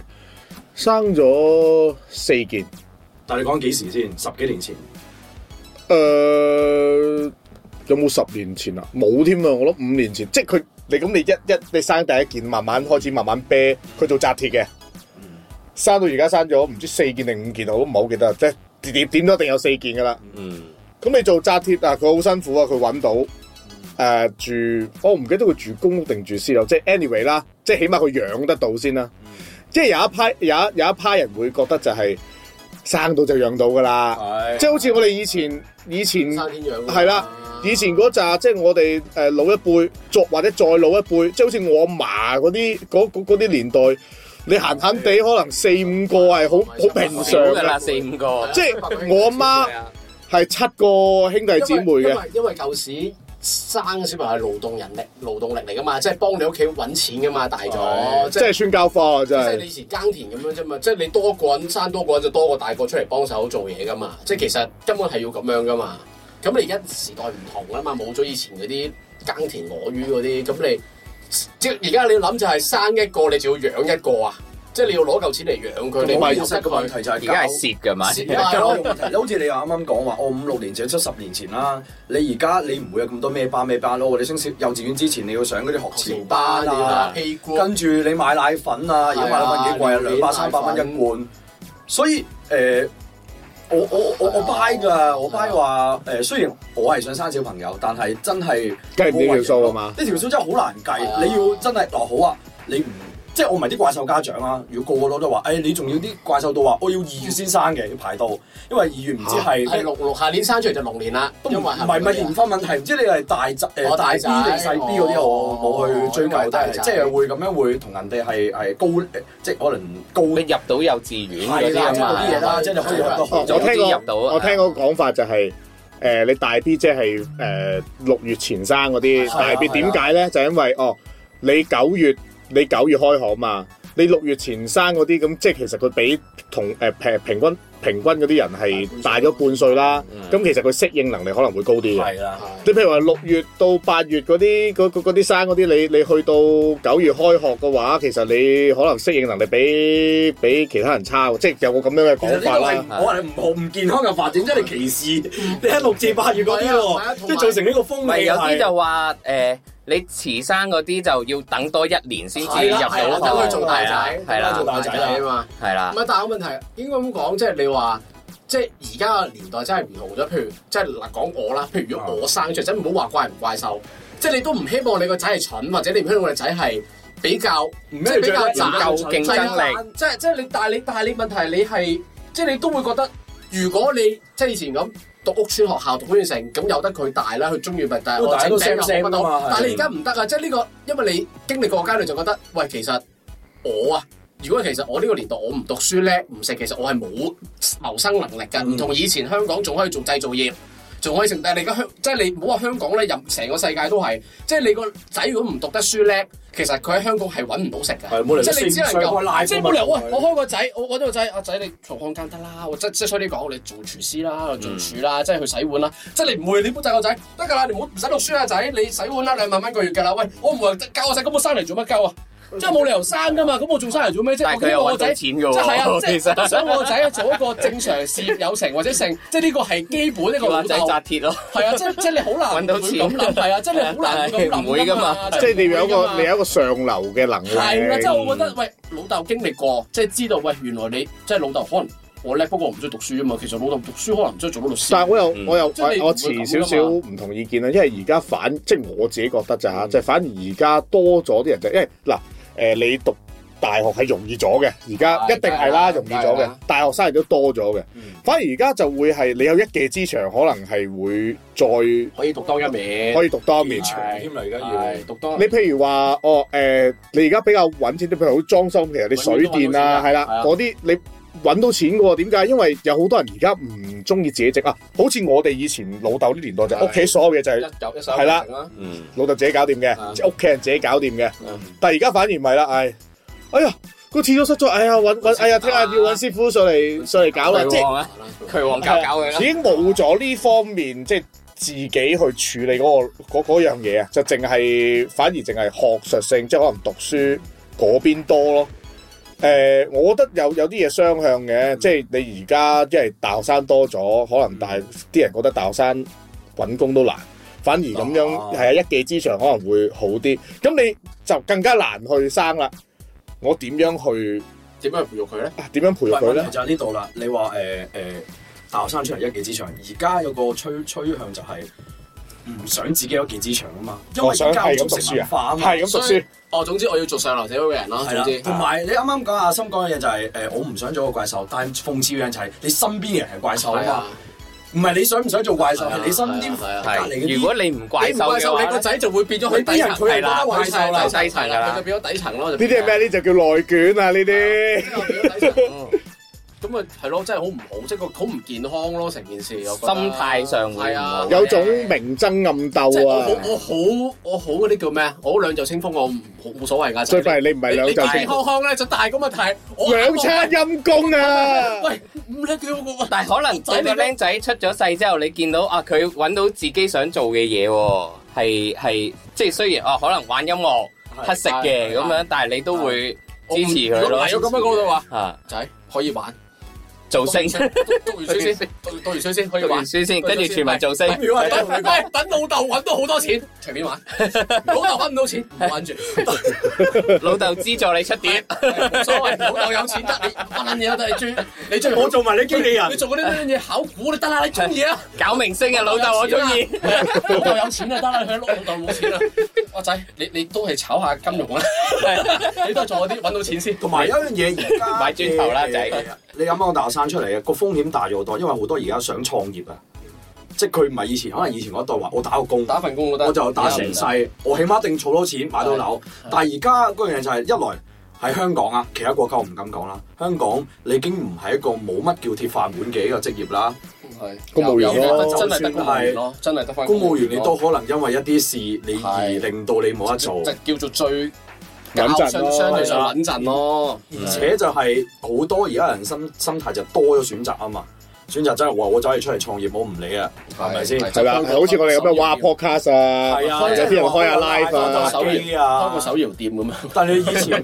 A: 生咗四件。
D: 但係你講幾時先？十幾年前。
A: 誒、呃有冇十年前啊？冇添啊！我諗五年前，即係佢你咁你一一你生第一件，慢慢開始慢慢啤，佢做扎鐵嘅，生到而家生咗唔知四件定五件，我都唔係好記得，即係點點點都一定有四件噶啦。
B: 嗯，
A: 咁你做扎鐵啊，佢好辛苦啊，佢揾到誒、住，我唔記得佢住公屋定住私樓，即係 anyway 啦，即係起碼佢養得到先啦。即係有一派有一有一派人會覺得就係、生到就養到噶啦，
D: 係
A: 即係好似我哋以前以前。
C: 生天養
A: 係啦，以前嗰扎即係我哋誒老一輩，作或者再老一輩，即係好似我阿嫲嗰啲嗰嗰嗰啲年代，你閒閒地可能四五個係好好平
B: 少
A: 常
B: 㗎
A: 嘅，
B: 啦，四五個。
A: 即係我媽係七個兄弟姊妹
C: 因
A: 嘅，
C: 為因為舊時生嘅小朋友係勞動人力、勞動力嚟噶嘛，即係幫你屋企揾錢噶嘛，大咗
D: 係
A: 即
C: 即係。
A: 係算教化啊！真
C: 即係你
A: 係
C: 以前耕田咁樣啫嘛，即係你多個人生多個人就多個大個出嚟幫手做嘢噶嘛，即係其實根本係要咁樣噶嘛。咁你而家時代唔同啊啦嘛，冇咗以前嗰啲耕田攞魚嗰啲，咁你即係而家你要諗就係生一個你就要養一個啊，即係你要攞嚿錢嚟養佢，你咪
D: 我話
C: 要
D: 現實
C: 得
D: 個
C: 佢。
D: 問題就係
B: 而家係蝕㗎嘛，
C: 蝕
D: 係咯，好似你啱啱講話，我哦五六年前、七十年前啦，你而家你唔會有咁多咩班咩班咯，你升小幼稚園之前你要上嗰啲學前班啊，
C: 屁股
D: 跟住你買奶粉啊，而家買奶粉幾貴啊，兩百三百蚊一罐，所以誒。我我我我 buy 㗎，我 buy 話誒，雖然我係想生小朋友，但係真係
A: 計唔到條數啊嘛？
D: 呢條數真係好難
C: 係
D: 計，
C: 啊
D: 你要真係嗱好啊，你唔即係我唔係啲怪獸家長啊，如果個個攞都話，誒、你仲要啲怪獸到話，我要二月先生嘅，要排到，因為二月唔知係
C: 係
D: 咩，
C: 六六下年生出嚟就龍年啦，
D: 都唔
C: 因為
D: 唔係唔係年份問題，唔知你係大仔誒
C: 我
D: 大
C: 大
D: B
C: 仔
D: 定細 B 嗰啲，我冇去追
C: 哦因為
D: 究
C: 我，
D: 但
C: 大
D: 係
C: 仔
D: 即係會咁樣會同人哋係係高誒即係可能高
B: 你入到幼稚園嗰
D: 係
B: 啲
D: 啦，
B: 啊
D: 即係嗰啲
B: 嘛，
D: 嘢啦，即係你可以學到
A: 哦
D: 好
A: 我
B: 早
A: 聽
B: 啲
A: 過
B: 入到啊
A: 我聽嗰個講法就係誒你大 B 姐係誒六月前生嗰啲
D: 係啊
A: 大 B，
D: 係啊
A: 點解咧？就因為哦，你九月你九月開學嘛，你六月前生嗰啲咁，即係其實佢比同誒平平均平均嗰啲人係大咗半歲啦。
D: 嗯
A: 咁其實佢適應能力可能會高啲嘅。
D: 係
C: 啊
D: 啦，
A: 你譬如話六月到八月嗰啲嗰嗰嗰啲生嗰啲，你你去到九月開學嘅話，其實你可能適應能力比比其他人差喎，即係有個咁樣嘅
D: 其
A: 講
D: 實呢個
A: 法啦
D: 係。我話你唔好唔健康嘅發展，即係你歧視你喺六至八月嗰啲
C: 係啊係啊
D: 喎，
C: 同
D: 即
C: 埋
D: 係造成呢個風
B: 唔係
D: 氣
B: 有啲
D: 係
B: 就話誒，你遲生嗰啲就要等多一年先至入到
C: 係啦等佢
B: 學，
C: 做大
B: 係啦
C: 仔，，
B: 係
C: 等佢
B: 啦
C: 做，大仔啊嘛。
B: 係啦
C: 唔。係，但係個問題應該咁講，即係你話即係而家嘅年代真係唔同咗。譬如即係嗱講我啦，譬如如果我生出嚟，即係唔好話怪唔怪獸，嗯即係你都唔希望你個仔係蠢，或者你唔希望你個仔係比較
D: 唔
C: 即係比較
B: 唔夠競爭力，
C: 即係即係你，但係你但係你問題你係即係你都會覺得，如果你即係以前咁讀屋村學校讀官城，咁由得佢大啦，佢中意咪但係
D: 喂
C: 我
D: 大
C: 整
D: 家都
C: 餅又
D: same
C: 學
D: same
C: 不
D: 㗎嘛
C: 到
D: 係，
C: 但係你而家唔得啊！即係呢個，因為你經歷過個階段就覺得，喂，其實我啊。如果其實我呢個年代我唔讀書叻唔食，其實我係冇謀生能力㗎，唔、
D: 嗯
C: 同以前香港仲可以做製造業，仲可以成。但係你而家香，即係你唔好話香港咧，任成個世界都係，即係你個仔如果唔讀得書叻，其實佢喺香港係揾唔到食㗎。
D: 係冇嚟
C: 即係你只能夠
D: 拉
C: 即係冇理由，喂！我開個仔，我揾到個仔，阿仔你做漢奸得啦，我即即衰啲講，你做廚師啦，做廚啦，即係去洗碗啦，即係你唔會，你幫仔個仔得㗎啦，你唔好唔使讀書啦，仔你洗碗啦，兩萬蚊個月㗎啦，喂，我唔會教我仔咁我生嚟做 乜鳩啊？即係冇理由生㗎嘛，咁我仲生嚟做咩啫？
B: 但係
C: 我
B: 佢
C: 希
B: 又
C: 望
B: 揾
C: 我
B: 到
C: 仔
B: 錢
C: 即
B: 嘅
C: 係 係啊，
B: 喎，
C: 即係
B: 其實
C: 想我個 仔做一個正常事業有成或者成，即係呢個係基本呢個
B: 叫阿
C: 老
B: 仔
C: 豆。
B: 扎鐵咯，
C: 係啊，即係即係 你好難
B: 搵到
C: 會
B: 錢
C: 咁諗，係啊，即係你 好難會咁諗
B: 但係唔會㗎嘛
A: 即係你
C: 會
A: 有一
C: 㗎
A: 個
C: 嘛
A: 你有一個上流嘅能力。
C: 係啊啦，即係我覺得，喂，老豆經歷過，即係知道，喂，原來你即係老豆可能我叻，不過我唔中意讀書啊嘛。其實老豆唔讀書可能唔中意做到律師。
A: 但係我又
B: 嗯
A: 我又
C: 即係你
A: 我我持少少唔同意見啦，因為而家反即係我自己覺得咋嚇，就係反而而家多咗啲人就因為嗱誒你讀大學係容易咗嘅，而家
C: 係
A: 一定係啦，
C: 係
A: 容易咗
C: 係
A: 嘅
C: 係，
A: 大學生亦都多咗嘅
D: 嗯，
A: 反而而家就會係你有一技之長，可能係會再
C: 可以讀多一面，
A: 可以讀多面
D: 面。長添啦，而家要
C: 係讀多
A: 你譬如話哦誒、你而家比較揾錢啲，譬如好裝修，其實你水電啊，係啦
C: 係啊，
A: 嗰啲你揾到錢嘅喎。點解？因為有好多人而家唔中意自己整啊，好似我哋以前老豆啲年代就係
C: 係
A: 屋企所有嘢就係
C: 有一手
A: 係啦
C: 一成啦，
B: 嗯，
A: 老豆自己搞掂嘅，
C: 啊
A: 即係屋企人自己搞掂嘅
C: 嗯。
A: 但係而家反而唔係啦，唉，哎呀個廁所塞咗，哎呀揾揾，哎呀聽下要揾師傅上嚟上嚟搞啦，即
B: 渠
A: 係
B: 王啊，渠王搞搞佢
A: 已
B: 啦，
A: 經冇咗呢方面即係。自己去處理嗰、個嗰嗰樣嘢啊，就淨係反而淨係學術性，即係可能讀書嗰邊多咯。誒、我覺得有有啲嘢雙向嘅，即係你而家因為大學生多咗，可能大啲人覺得大學生揾工都難，反而咁樣
D: 啊
B: 哦
A: 係啊一技之長可能會好啲。咁你就更加難去生啦。我點樣去
C: 點樣去培育佢咧？
A: 啊點樣培育佢
D: 喂
A: 咧
D: 問題？就係呢度啦。你話誒誒大學生出嚟一技之長，而家有個趨趨向就係唔想自己有一技之長啊嘛，因為
A: 我想
D: 而家
A: 係咁
D: 好
A: 讀
D: 重視
A: 書
D: 文
A: 啊
D: 化啊嘛。
A: 係咁讀
C: 所以
A: 書，
C: 哦，總之我要做上流社會嘅人咯，
D: 係啊
C: 總之
D: 啦，同埋你啱啱講阿森講嘅嘢就係、誒、我唔想做個怪獸，但係諷刺嘅就係你身邊嘅人係怪獸啊
C: 係
D: 嘛
C: 啊，，
D: 唔係你想唔想做怪獸，
C: 係啊
D: 係你身邊
C: 係啊
D: 隔離嗰
B: 係。
D: 啲
B: 如。果你唔怪
C: 你唔怪
B: 獸嘅
C: 獸，
B: 話
C: 你個
B: 咧，
C: 仔就會變咗佢
D: 你
C: 底
D: 啲人
C: 層
D: 佢係覺得怪獸啦
B: 就係底層㗎啦
C: 佢就變咗底層咯。呢
A: 呢啲係咩？？呢就叫內卷啊！呢啲。
C: 呢個變咗底層
B: 嗯
C: 咁啊，係咯，真係好唔好，即係個好唔健康咯，成件事。心
B: 心態上會
C: 係啊，
A: 有種明爭暗
C: 即係
A: 鬥
C: 我好
A: 啊！
C: 我好我好嗰啲叫咩啊？我好兩袖清風，我唔好冇所謂㗎。
A: 最弊係你唔係兩
C: 你
A: 就
C: 健
A: 清，
C: 康康咧，就大咁嘅題。我
A: 兩餐陰公啊！
C: 喂，唔叻叫我
B: 但係可能你個僆仔出咗世之後，你見到啊，佢揾到自己想做嘅嘢喎，係係即係雖然啊，可能玩音樂
D: 係
B: 乞食嘅
C: 係
B: 咁樣，但係你都會
C: 我
B: 支持佢
C: 如果
B: 咯
C: 唔係我咁樣講到話，
B: 啊，
C: 仔可以玩，
B: 做 星
C: 讀讀完書先，讀讀完書先可以
B: 讀
C: 玩
B: 完。書先，跟住全民造星，
C: 如果係等喂等老豆揾到好多錢，隨便玩。老豆揾唔到錢，唔玩住。
B: 老豆資助你出碟，
C: 冇所謂，老豆有錢得，你乜撚嘢都係啊追，你追
D: 做埋你 經理
C: 你，做嗰啲咩嘢考古你得啦，你中意啊！
B: 搞明星啊，老豆我中意，
C: 老豆有錢就得啦，佢老豆冇錢啊！阿仔，你你都係炒下金融啦，你都係做嗰啲揾到錢先。
D: 同埋有一樣嘢而家
B: 買磚頭啦
D: 嘅
B: 仔。
D: 你啱啱講大學生出嚟啊，個風險大咗好多，因為好多而家想創業啊，即係佢唔係以前，可能以前嗰一代話我打個工。
C: 打份工我覺得，
D: 我就打成世，我起碼一定儲到錢買到樓。但係而家嗰樣嘢就係一來喺香港啊，其他國家我唔敢講啦。香港你已經唔係一個冇乜叫鐵飯碗嘅一個職業啦。
C: 係
A: 公務員
C: 有有
A: 咯
C: 得真係得公務員咯，真係得翻
D: 公務員你都可能因為一啲事你而
C: 係
D: 令到你冇得做，
C: 就叫做最
A: 穩陣
C: 相相對上
D: 係啦
C: 穩陣咯。
D: 而且就係好多而家人心心態就多咗選擇啊嘛。選擇真係話我走嚟出嚟創業，我唔理啊，係咪先？
A: 係啦，好似我哋咁樣挖 podcast 啊，
D: 係啊
A: 有啲人開下 live
D: 打
A: 啊，
D: 手機
C: 開個
D: 啊，
C: 手搖店咁樣。
D: 但係你以前，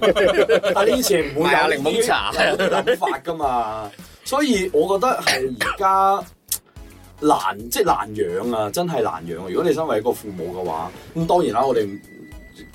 D: 但係你以前唔會
B: 買下
D: 有
B: 檸檬茶
D: 呢啲諗法噶嘛，所以我覺得係而家難，即係難養啊，真係難養啊。如果你身為一個父母嘅話，咁當然啦，我哋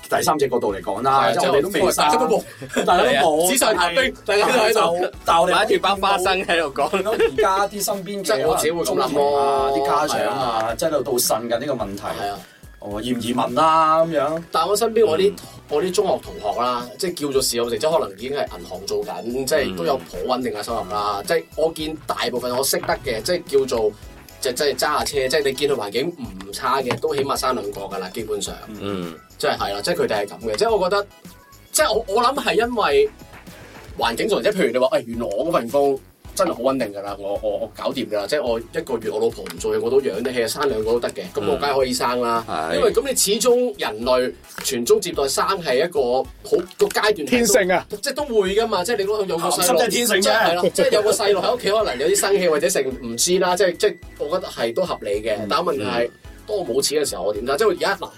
D: 第三者角度嚟講
C: 係
D: 啦，
C: 啊
D: 即係我哋都未
C: 大家都冇，
D: 大家都冇，
C: 紙啊上談兵大家都喺度
D: 就，但係我哋
B: 買住包花生喺度講
D: 見。到而家啲身邊
C: 即係我自己會咁諗咯
D: 啲家長啊，即係喺度呻緊呢個問題，
C: 係啊。
D: 哦移唔移民啦咁樣，
C: 但係我身邊我啲我啲中學同學啦，即係叫做事有成績，可能已經係銀行做緊，即係都有頗穩定嘅收入啦。即係我見大部分我識得嘅，即係叫做就即係揸下車，即係你見佢環境唔差嘅，都起碼生兩個㗎啦，基本上。
B: 嗯，
C: 即係係啦，即係佢哋係咁嘅，即係我覺得，即係我我諗係因為環境造成，即係譬如你話，誒、哎原來我嗰份工真係好穩定㗎啦，我我我搞掂㗎啦，即係我一個月我老婆唔做嘢我都養得起，生兩個都得嘅，咁我梗係可以生啦。
B: 係
C: 因為咁你始終人類傳宗接代生係一個好個階段係都
A: 天性啊，
C: 即係都會㗎嘛，即係你嗰個有個細
D: 鹹濕
C: 路，
D: 真係天性啫
C: 即係係啦，即係有個細路喺屋企可能有啲生氣或者成唔知啦，即係即係我覺得係都合理
D: 嗯
C: 嘅。但係問題係，當我冇錢嘅時候，我點啦？即係我而家嗱，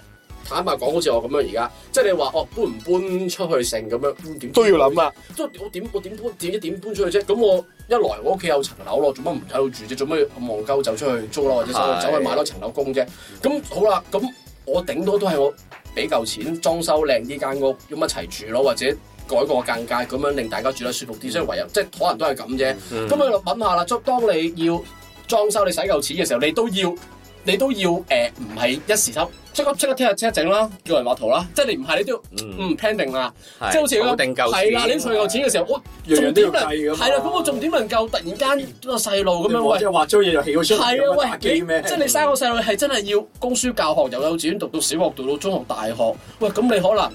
C: 坦白講，好似我咁樣而家，即係你話哦搬唔搬出去成咁樣，嗯點
A: 都要諗啊。
C: 即係我點我點搬點點搬出去啫？咁我一來我屋企有層樓咯，做乜唔喺度住啫？做乜要戇鳩走出去租咯，或者
B: 係
C: 走去買多層樓供啫？咁好啦，咁我頂多都係我俾嚿錢裝修靚呢間屋，咁一齊住咯，或者改個間隔咁樣令大家住得舒服啲。所以唯有即係可能都係咁啫。
B: 嗯
C: 咁你就諗下啦，即當你要裝修你使嚿錢嘅時候，你都要你都要誒，呃唔、係一時收。即刻即刻聽日即刻整啦，叫人畫圖啦，即係你唔係你都要
B: 嗯，
C: 嗯 plan 定啦，
B: 係
C: 即係好似
B: 好定夠
C: 係啦，
B: 錢
C: 你儲夠錢嘅時候，我
D: 樣樣
C: 重
D: 都要
C: 點
D: 計㗎
C: 能
D: 嘛
C: 係啦，咁我重點能夠突然間個細路咁樣
D: 我
C: 喂
D: 即。係畫咗嘢就起咗出嚟，
C: 係
D: 咁樣
C: 啊
D: 打，
C: 喂，
D: 機
C: 你
D: 咩？
C: 即係你生個細路係真係要供書教學，由幼稚園讀到小學，讀到中學、大學。喂，咁你可能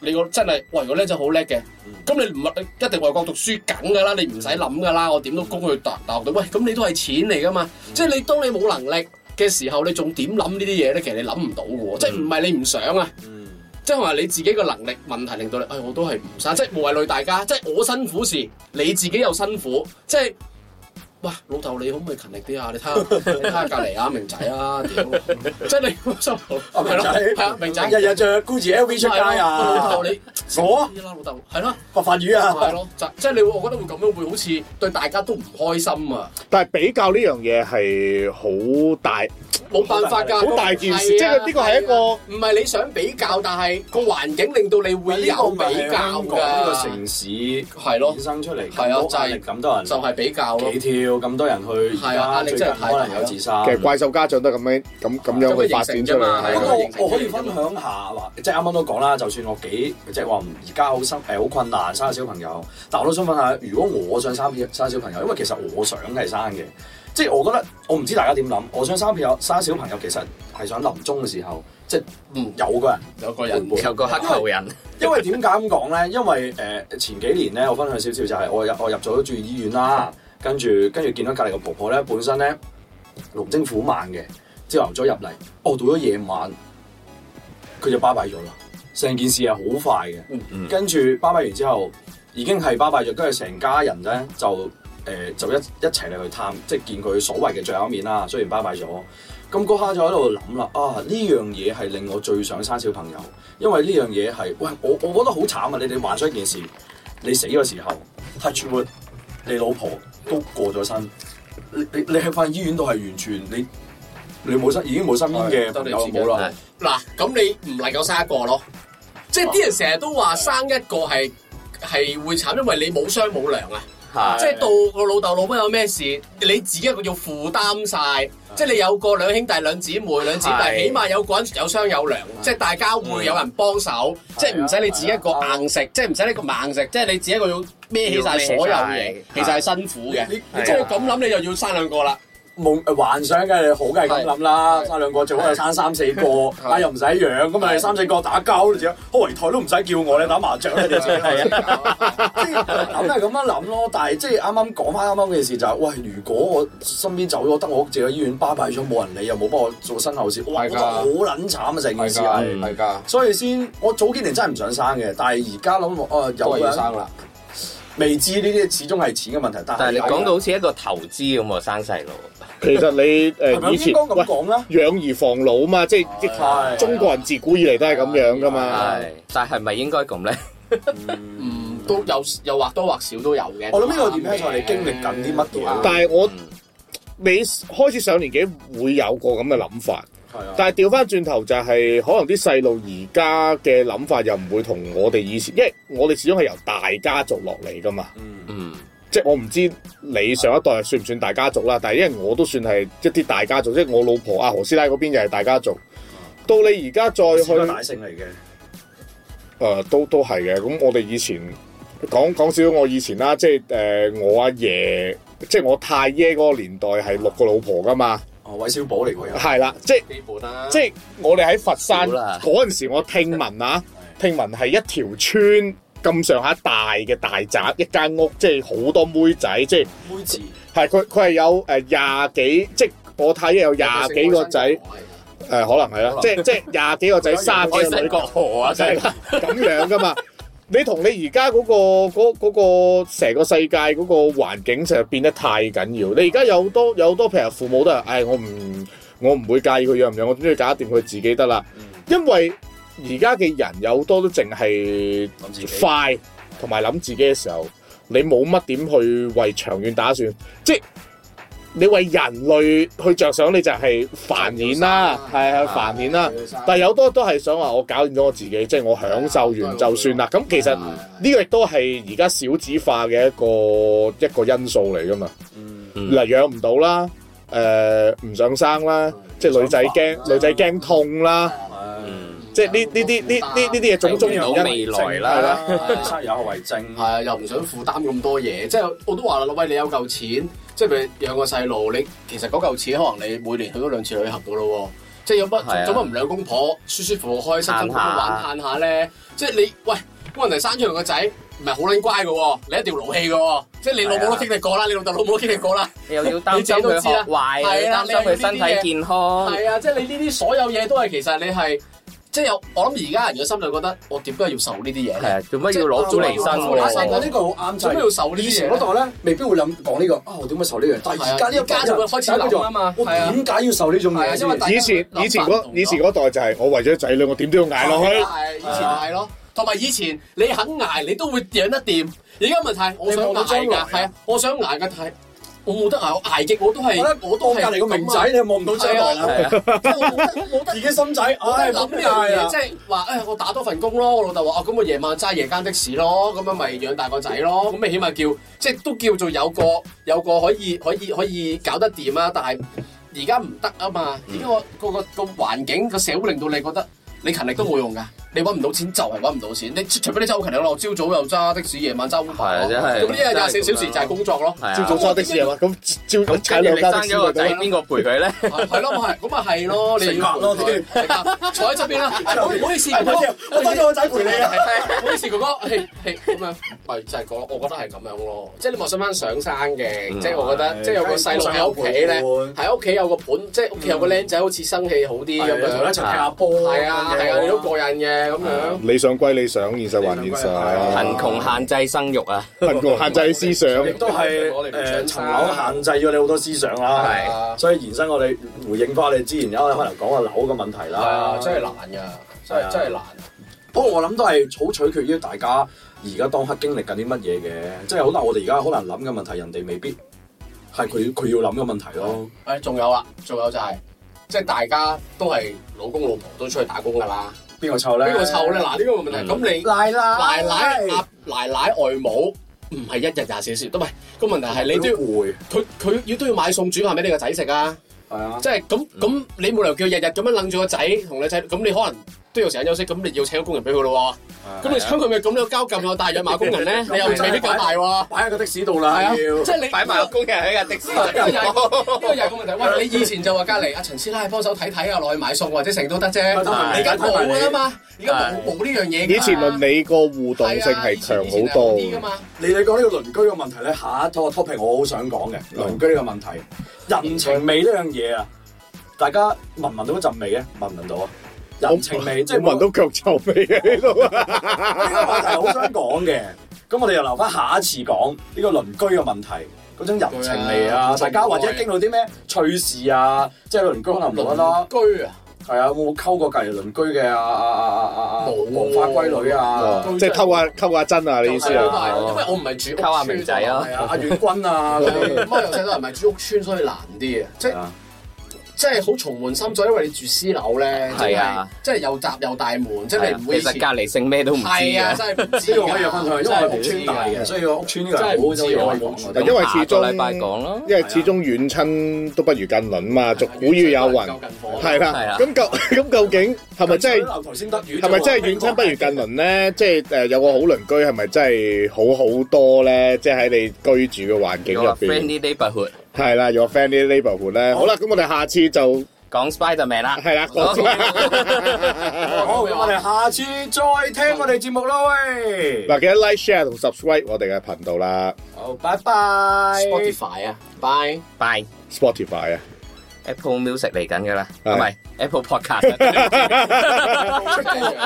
C: 你個真係，喂，個僆仔好叻嘅，咁你唔係你一定外國讀書梗㗎啦，你唔使諗㗎啦，我點都供佢大大學到。喂，咁你都係錢嚟㗎嘛，即係你當你冇能力嘅時候，你仲點諗呢啲嘢咧？其實你諗唔到㗎喎，即係唔係你唔想啊？
D: 嗯
C: 即係話 你自己個能力問題令到你，哎，我都係唔生，即係無謂累大家，即係我辛苦時，你自己又辛苦，即係。喂，老豆，你可唔可以勤力啲啊？你睇下，你睇下隔離啊，明仔啊，屌！即係你好辛苦，
D: 啊明仔
C: 係啊，明仔
D: 日日着 Gucci LV 出街
C: 喂老
D: 啊
C: 豆，你
D: 我啊
C: 知啦，老豆係咯，
D: 白飯魚
C: 係
D: 啊，
C: 咯，就即係你會，我覺得會咁樣會好似對大家都唔開心啊，
A: 但係比較呢樣嘢係好大
C: 冇辦法㗎，
A: 好大件事，即
C: 係啊
A: 係呢個係一
C: 係啊
A: 個
C: 唔係你想比較，但係個環境令到你會
D: 呢
C: 有
D: 個
C: 比
D: 咪係
C: 較
D: 香港呢個
C: 㗎，
D: 城市。
C: 係咯
D: 衍。生出嚟，
C: 係啊
D: 咁多壓力
C: 就
D: 咁多人
C: 就係比較咯
D: 幾。跳，咁多人去，
C: 係啊壓
D: 而家
C: 力
D: 最
C: 真
D: 近
C: 係太大啦
D: 可能有自殺。
A: 其實怪獸家長都係咁樣咁咁樣去發展出
C: 啊咁樣形成啫嘛
D: 不
C: 係
A: 嚟
C: 啊。
D: 過我可以分享下嗱，即係啱啱都講啦，就算我幾即係話而家好生誒好困難生小朋友，但我都想問下，如果我想生生小朋友，因為其實我想係生嘅，即係我覺得我唔知大家點諗，我想生朋友生小朋友其實係想臨終嘅時候，即係
C: 嗯，
D: 有個人。
C: 有個人
B: 有個黑頭人，
D: 因為點解咁講咧？因為誒、呃前幾年咧，我分享少少就係我入我入咗住醫院啦，跟住跟住見到隔離個婆婆咧，本身咧龍精虎猛嘅，朝頭早入嚟，哦到咗夜晚佢就拜拜咗啦。成件事係好快嘅，
B: 嗯
D: 跟住拜拜完之後已經係拜拜咗，跟住成家人咧就誒、呃就一一齊嚟去探，即係見佢所謂嘅最後一面啦。雖然拜拜咗，咁嗰刻就喺度諗啦，啊呢樣嘢係令我最想生小朋友，因為呢樣嘢係喂我我覺得好慘啊！你哋幻想一件事，你死嘅時候，touch wood，你老婆都過咗身，你你你喺翻醫院度係完全你你冇身已經冇身邊嘅
C: 係得
D: 朋
C: 你
D: 友
C: 自己
D: 冇啦
B: 係。
C: 嗱，咁你唔能夠生一個咯，即係啲人成日都話生一個係係會慘，因為你冇商冇量啊，
B: 係
C: 即係到個老豆老母有咩事，你自己一個要負擔晒。即係你有個兩兄弟兩姊妹兩姊
B: 係
C: 妹，起碼有個人有商有量，即係大家會有人幫手，即係唔使你自己一個硬食，即係唔使你一個猛食，即係你自己一個要孭起晒所有嘢，其
B: 要孭晒
C: 實係辛苦嘅。
D: 你你
C: 即係啊咁諗，你就要生兩個啦。
D: 夢誒呃幻想嘅，你好梗係咁諗啦，
C: 係
D: 生兩個最好係生三四個，但又唔使養咁啊，你三四個打交你自己，開圍台都唔使叫我，你打麻雀你哋自己係啊，即係諗係咁樣諗咯。但係即係啱啱講翻啱啱件事就係，喂，如果我身邊走咗，得我自己喺醫院巴閉咗，冇人理，又冇幫我做身後事，哇，我
E: 係㗎
D: 覺得好撚慘啊！成件事係，
E: 係㗎，
D: 所以先我早幾年真係唔想生嘅，但係而家諗我誒
E: 都係
D: 有
E: 要
D: 人
E: 生啦。
D: 未知呢啲始終係錢嘅問題，但
B: 但係
D: 係
B: 你講到好似一個投資咁喎，生細路。
A: 其實你
D: 係咪
A: 誒以
D: 應
A: 前
D: 該咁
A: 喂
D: 講啦？
A: 養兒防老嘛，即係
C: 啊
A: 即
D: 係
A: 中國人自古以嚟都係咁樣噶嘛。
B: 係，但係咪應該咁咧？
C: 嗯，都有又或多或少都有嘅。
D: 我諗呢個 depends on 你經歷緊啲乜嘢
C: 都啱嘅
A: 但係我
B: 嗯
A: 你開始上年紀會有個咁嘅諗法，
D: 係啊，
A: 但係調翻轉頭就係、可能啲細路而家嘅諗法又唔會同我哋以前，因為我哋始終係由大家族落嚟噶嘛。
D: 嗯
B: 嗯，
A: 即係我唔知你上一代算唔算大家族啦，但係因為我都算係一啲大家族，即係我老婆啊阿何師奶嗰邊又係大家族。到你而家
C: 啊
A: 再去
D: 係大
A: 誒、
D: 聖嚟嘅，
A: 都都係嘅。咁我哋以前講講少少我以前啦，即係誒、我阿爺，即係我太爺嗰個年代係六個老婆噶嘛，
D: 哦，韋小寶嚟喎又係，
A: 係啦，即係
B: 基本啦，
A: 即係我哋喺佛山
B: 少啦
A: 嗰陣時，我聽聞啊，聽聞係一條村咁上下大嘅大宅，一間屋即係好多妹仔，即係。
D: 妹字
A: 係佢佢係有誒廿幾，即係我睇有廿幾個仔，誒、可能係啦，即係即係廿幾個仔，三
B: 開
A: 十幾個
B: 新
A: 女，
B: 國河啊，真
A: 係
B: 係
A: 啦咁樣噶嘛。你同你而家嗰個嗰嗰、個成個世界嗰個環境實在變得太緊要。你而家有好多有好多譬如父母都係，唉，我唔我唔會介意佢養唔養，我總之搞掂佢自己得啦。因為而家嘅人有好多都淨係
D: 諗自己，
A: 快同埋諗自己嘅時候，你冇乜點去為長遠打算，即係你為人類去着想，你就係繁衍啦，係係繁衍啦。但係有好多都係想話我搞掂咗我自己，即係我享受完就算啦。咁其實呢個亦都係而家少子化嘅一個一個因素嚟噶嘛。
D: 嗯，
B: 嗯
A: 嗱，養唔到啦，誒唔想生啦，即係女仔驚女仔驚痛啦，
C: 啊
D: 係
B: 嗯
A: 即係呢呢啲呢呢呢啲嘢種種
B: 中到
A: 原因。
B: 未來啦，
C: 啊
D: 生有後遺症
C: 係，啊，又唔想負擔咁多嘢，即係我都話啦，喂，你有嚿錢，即係譬如養個細路，你其實嗰嚿錢可能你每年去咗兩次旅行噶咯喎，即係有
B: 係
C: 乜
B: 啊
C: 做乜唔兩公婆舒舒服服開心
B: 嘆下
C: 心咁玩嘆下咧？即係你喂，幫人哋生出嚟個仔。唔係好撚乖嘅喎，你一定要勞氣嘅喎，即係你老母
B: 係
C: 都
B: 啊
C: 經歷過啦，你老豆老母都經歷過啦，
B: 你又要擔心佢學壞，又要擔心佢身體健康，
C: 係啊，即係你呢啲所有嘢都係其實你係，即係有我諗而家人嘅心就覺得我點都係要受呢啲嘢
B: 係
C: 咧，
B: 啊，做乜要攞租嚟
C: 真
B: 生
C: 喎
D: 我覺得
B: 喎？
D: 呢個好啱
C: 做咩
D: 真
C: 要受呢
D: 以
C: 啲
D: 前
C: 嘢
D: 嗰？代咧，未必會諗講呢個啊，我點解受呢樣？但係而家呢一代
C: 而家就會開始諗啊嘛
D: 我
C: 係啊
D: 點解要受呢種
C: 係啊
D: 嘢？
C: 因為大家
A: 以前
C: 諗法
A: 以前嗰
C: 唔同咗
A: 以前嗰代就係我為咗仔女，我點都要捱落
B: 啊
A: 去。
C: 係啊以前係
D: 啊
C: 咯，同埋以前你肯捱，你都會養得掂。而家問題，我想
D: 你望到將
C: 捱
D: 來
C: 㗎，
D: 啊
C: 係啊，我想捱㗎，但係我冇得捱，我捱極我都係
D: 我覺得，
C: 我都係
D: 隔離個明仔，你望唔到將來啦，
B: 係啊，
C: 咁啊，我冇得我冇得
D: 自己心仔，
C: 我
D: 唉，
C: 都
D: 冇
C: 諗
D: 啊
C: 呢樣
D: 計啦
C: 嘢，即。係話誒，我打多份工咯。我老豆話：哦，咁我夜晚揸夜間的士咯，咁樣咪養大個仔咯。咁咪起碼叫即係都叫做有個有個可以可以可以搞得掂啊！但係而家唔得啊嘛，而家個個個環境個社會令到你覺得你勤力都冇用㗎，你揾唔到錢就係揾唔到錢。你除非你真係好勤力咯，朝早又揸的士，夜晚揸 u
B: 係啊
C: b
B: 真係
C: 咁一日廿四小時就係工作咯。
B: 係
A: 朝早
B: 啊，
A: 揸的士啊嘛，咁朝早踩
B: 咁跟
A: 兩
B: 住你
A: 間
B: 生
A: 的士
B: 咗個
A: 咪得
B: 仔，
A: 啦。
B: 邊個陪佢咧？
C: 係咯，係咁咪係咯，你
D: 食飯咯
C: 陪佢食飯坐喺側邊啦。哎唔好意思，
D: 哎唔好意思我多咗個仔陪你啊
C: 係唔好意思，哥哥，係係咁樣，咪就係講，我覺得係咁樣咯。即係你望想翻上山嘅，
B: 嗯
C: 即係我覺得，即係有個細路喺屋企咧，喺屋企有個伴，即係屋企有個僆仔，好似生氣好啲
D: 係
C: 咁
D: 啊同佢一齊
C: 樣。
D: 踢下波咁樣
C: 係啊係啊，你都過癮嘅咁樣。
A: 理想歸理想，現實還現實。
B: 貧 窮限制生育啊，
A: 貧窮限制思想，
D: 亦都係誒層樓限制咗你好多思想啦，
B: 係
C: 啊
D: 所以延伸我哋回應翻你之前一開頭講嘅樓嘅問題
C: 係啊
D: 啦，。
C: 真係難㗎，真係啊真係難。
D: 不過我諗都係好取決於大家而家當刻經歷緊啲乜嘢嘅，即係好難。我哋而家可能諗嘅問題，人哋未必係佢佢要諗嘅問題咯。
C: 誒，仲有啦，啊仲有就係，即係大家都係老公老婆都出去打工㗎啦。
D: 邊個湊咧？
C: 邊個湊咧？嗱，呢個問題，咁你
D: 奶奶
C: 奶奶阿奶奶外母唔係一日廿四小時，唔係個問題係你都要
D: 攰，
C: 佢佢要都要買餸煮飯俾你個仔食啊！
D: 係啊，
C: 即係咁
B: 嗯
C: 咁，你冇理由叫日日咁樣楞住個仔同你仔，咁你可能都有時間休息，咁你要請個工人俾佢咯
B: 啊
C: 喎。咁你請佢咪咁有交咁有大養馬工人咧？ 你又未必夠大喎。
D: 擺喺個的士度
C: 係
D: 啦，
C: 啊，
D: 要
C: 即係你
B: 擺埋個工人喺架 的士度。
C: 呢個又係個問題。 喂，你以前就話隔離阿陳師奶幫手睇睇啊，落去買餸或者成都得啫。而家冇㗎嘛，而家冇冇呢樣嘢㗎嘛。啊
A: 以前鄰里個互動性係強好多。
C: 㗎嘛。
D: 你你講呢個鄰居嘅問題咧，下一個 topic 我好想講嘅鄰
A: 嗯
D: 居呢個問題，人情味呢樣嘢啊，大家聞唔聞到嗰陣味咧？聞唔聞到啊？人情味即係
A: 我聞到腳臭味喺度啊！
D: 呢個話題好想講嘅，咁我哋又留翻下一次講呢個鄰居嘅問題，嗰種人情味啊，
A: 嗯
D: 大家或者經歷啲咩趣事啊，即係鄰居可能無啦啦，
C: 鄰居啊，
D: 係啊，有冇溝過隔離鄰居嘅啊啊啊啊啊啊黃
C: 冇
D: 花閨女啊，
A: 即係溝下溝下真啊！你意思
C: 係
A: 啊？
C: 啊因為我唔係住屋村
B: 溝下明仔 啊
D: 係啊，阿遠君啊嗰啲，
C: 咁我由細到大唔係住屋村，所以難啲啊。即係
D: 啊
C: 即係好重門深水，因為你住私樓咧，真
B: 係
C: 係
B: 啊
C: 即係又窄又大門，真係唔會
B: 其
C: 以
B: 實
C: 前
B: 隔離姓咩都唔知
C: 係啊，
B: 嘅。
C: 真係唔知
D: 呢個
C: 㗎
D: 可以分享，因為我屋村大嘅，，所以屋村呢個
C: 啊真係
D: 係
C: 唔
D: 好
C: 知啊
D: 知
C: 喎
D: 可以
A: 嗱
D: 講
A: 因為始
B: 下
A: 終
B: 個禮拜講咯，
A: 因為始終遠親都不如近鄰嘛，俗語有云，
C: 夠近火
A: 係
B: 係
A: 啦
B: 啊。
A: 咁究咁究竟係咪真係
D: 樓頭先得魚？
A: 係咪真係遠親不如近啊鄰咧？即係誒有個好鄰居係咪真係好好多咧？即係喺你居住嘅環境
B: 有
A: 入
B: 個
A: 邊，
B: friendly neighborhood
A: 係啦，有 friend 啲 neighborhood 咧。好啦，咁我哋下次就
B: 講 Spiderman 啦。
A: 係啦，講
D: 好，咁我哋下次再聽我哋節目咯喂。
A: 嗱，記得 like、share 同 subscribe 我哋嘅頻道啦
D: 好，拜拜。
C: Spotify 啊，Bye。
B: Bye
A: ，Spotify 啊。
B: Apple Music 嚟緊㗎啦，唔
A: 係
B: 係 Apple Podcast 啊。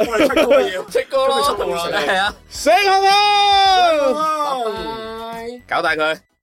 D: 我哋出歌要。
B: 出歌
D: 咯
B: 係啊，
A: 醒下啦！
D: 拜拜
C: 拜。
B: 搞大佢。